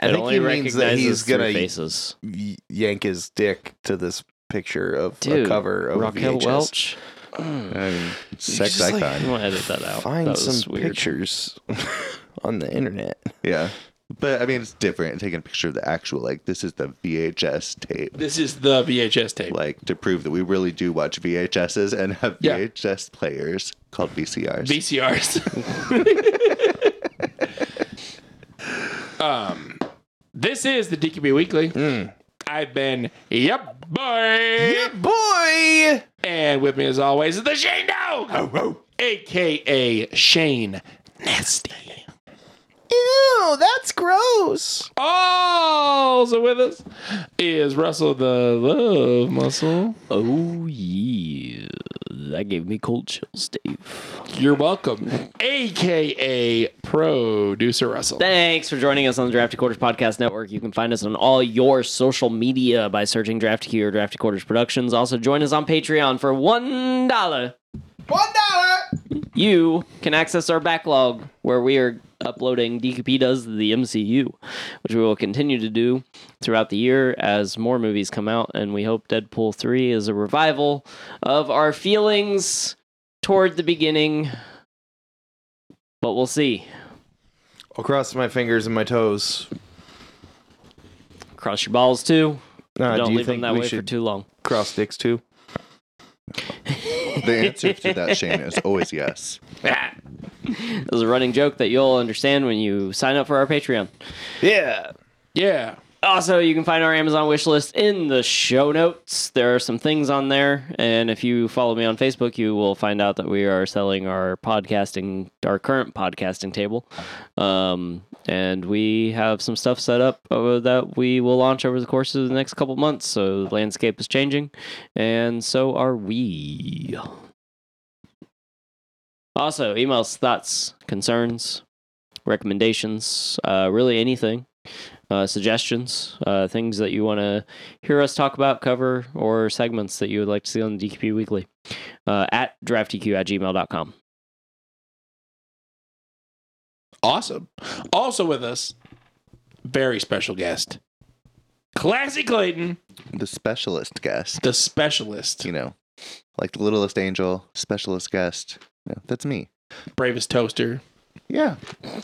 S5: I
S3: it
S5: think
S3: only
S5: he means that
S3: recognizes
S5: he's
S3: three
S5: gonna
S3: faces.
S5: y- yank his dick to this picture of
S3: Dude,
S5: a cover of
S3: Raquel
S5: a VHS.
S3: Welch.
S4: I mean,
S5: sex
S4: sex icon.
S5: icon.
S3: I'm gonna edit that out.
S5: Find
S3: that was
S5: some
S3: weird.
S5: pictures on the internet.
S4: Yeah. But I mean, it's different taking a picture of the actual, like, this is the VHS tape.
S2: This is the VHS tape.
S4: Like, to prove that we really do watch VHSs and have
S2: Yeah.
S4: VHS players called VCRs.
S2: VCRs. um, this is the DQB Weekly. I've been yep boy,
S5: boy.
S2: and with me as always is the Shane Dog, aka Shane Nasty.
S5: Ew, that's gross.
S2: Also with us is Russell the Love Muscle.
S3: Oh yeah, that gave me cold chills, Dave.
S2: You're welcome, aka Producer Russell.
S3: Thanks for joining us on the Drafty Quarters Podcast Network. You can find us on all your social media by searching Drafty Q or Drafty Quarters Productions. Also, join us on Patreon for one dollar.
S5: One dollar.
S3: You can access our backlog where we are uploading DQP Does the MCU, which we will continue to do throughout the year as more movies come out. And we hope Deadpool 3 is a revival of our feelings toward the beginning. But we'll see.
S5: I'll cross my fingers and my toes.
S3: Cross your balls too.
S5: Uh,
S3: Don't
S5: do you
S3: leave them
S5: think
S3: that
S5: we
S3: way for
S5: should
S3: too long.
S5: cross dicks too?
S4: The answer to that, Shane, is always yes.
S3: It was a running joke that you'll understand when you sign up for our Patreon.
S5: Yeah.
S2: Yeah.
S3: Also, you can find our Amazon wish list in the show notes. There are some things on there, and if you follow me on Facebook, you will find out that we are selling our podcasting, our current podcasting table, um, and we have some stuff set up uh, that we will launch over the course of the next couple months. So the landscape is changing, and so are we. Also, emails, thoughts, concerns, recommendations, uh, really anything uh, suggestions, uh, things that you want to hear us talk about, cover, or segments that you would like to see on the DQP Weekly uh, at draftdq at gmail.com.
S2: Awesome. Also with us, very special guest, Classy Clayton,
S4: The specialist guest,
S2: the specialist,
S4: you know, like the littlest angel, specialist guest. You know, that's me.
S2: bravest toaster.
S4: Yeah.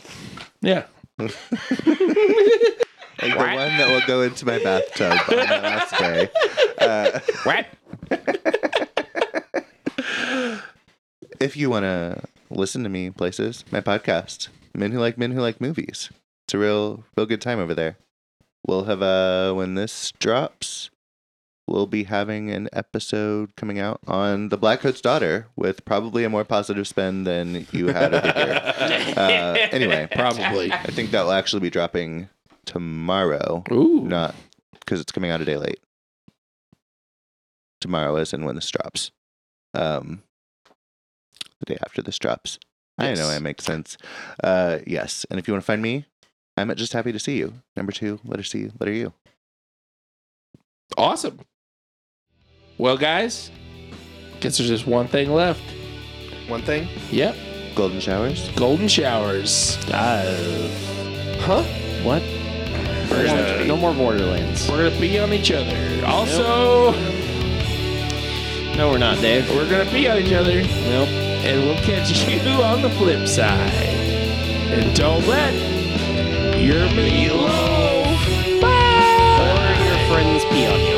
S2: Yeah.
S4: Like the one that will go into my bathtub on the last day. Uh,
S2: What?
S4: if you want to listen to me places, my podcast, Men Who Like Men Who Like Movies. It's a real, real good time over there. We'll have uh when this drops, we'll be having an episode coming out on the Black Coat's Daughter with probably a more positive spin than you had over here. Uh, anyway,
S2: Probably.
S4: I think that will actually be dropping tomorrow,
S2: Ooh.
S4: not because it's coming out a day late. Tomorrow is and when this drops. Um, the day after this drops. I know
S2: Yes.
S4: it makes sense. Uh, yes. And if you want to find me, I'm at just happy to see you. Number two, letter C, letter U.
S2: Awesome. Well, guys, guess there's just one thing left.
S5: One thing.
S2: Yep.
S4: Golden showers.
S2: Golden showers.
S5: Huh?
S3: What?
S2: We're gonna,
S3: No more Borderlands.
S2: we're gonna be on each other. Also,
S3: No, we're not, Dave.
S2: we're gonna be on each other,
S3: Nope.
S2: and we'll catch you on the flip side. And don't let You're below.
S3: Or your friends pee on you.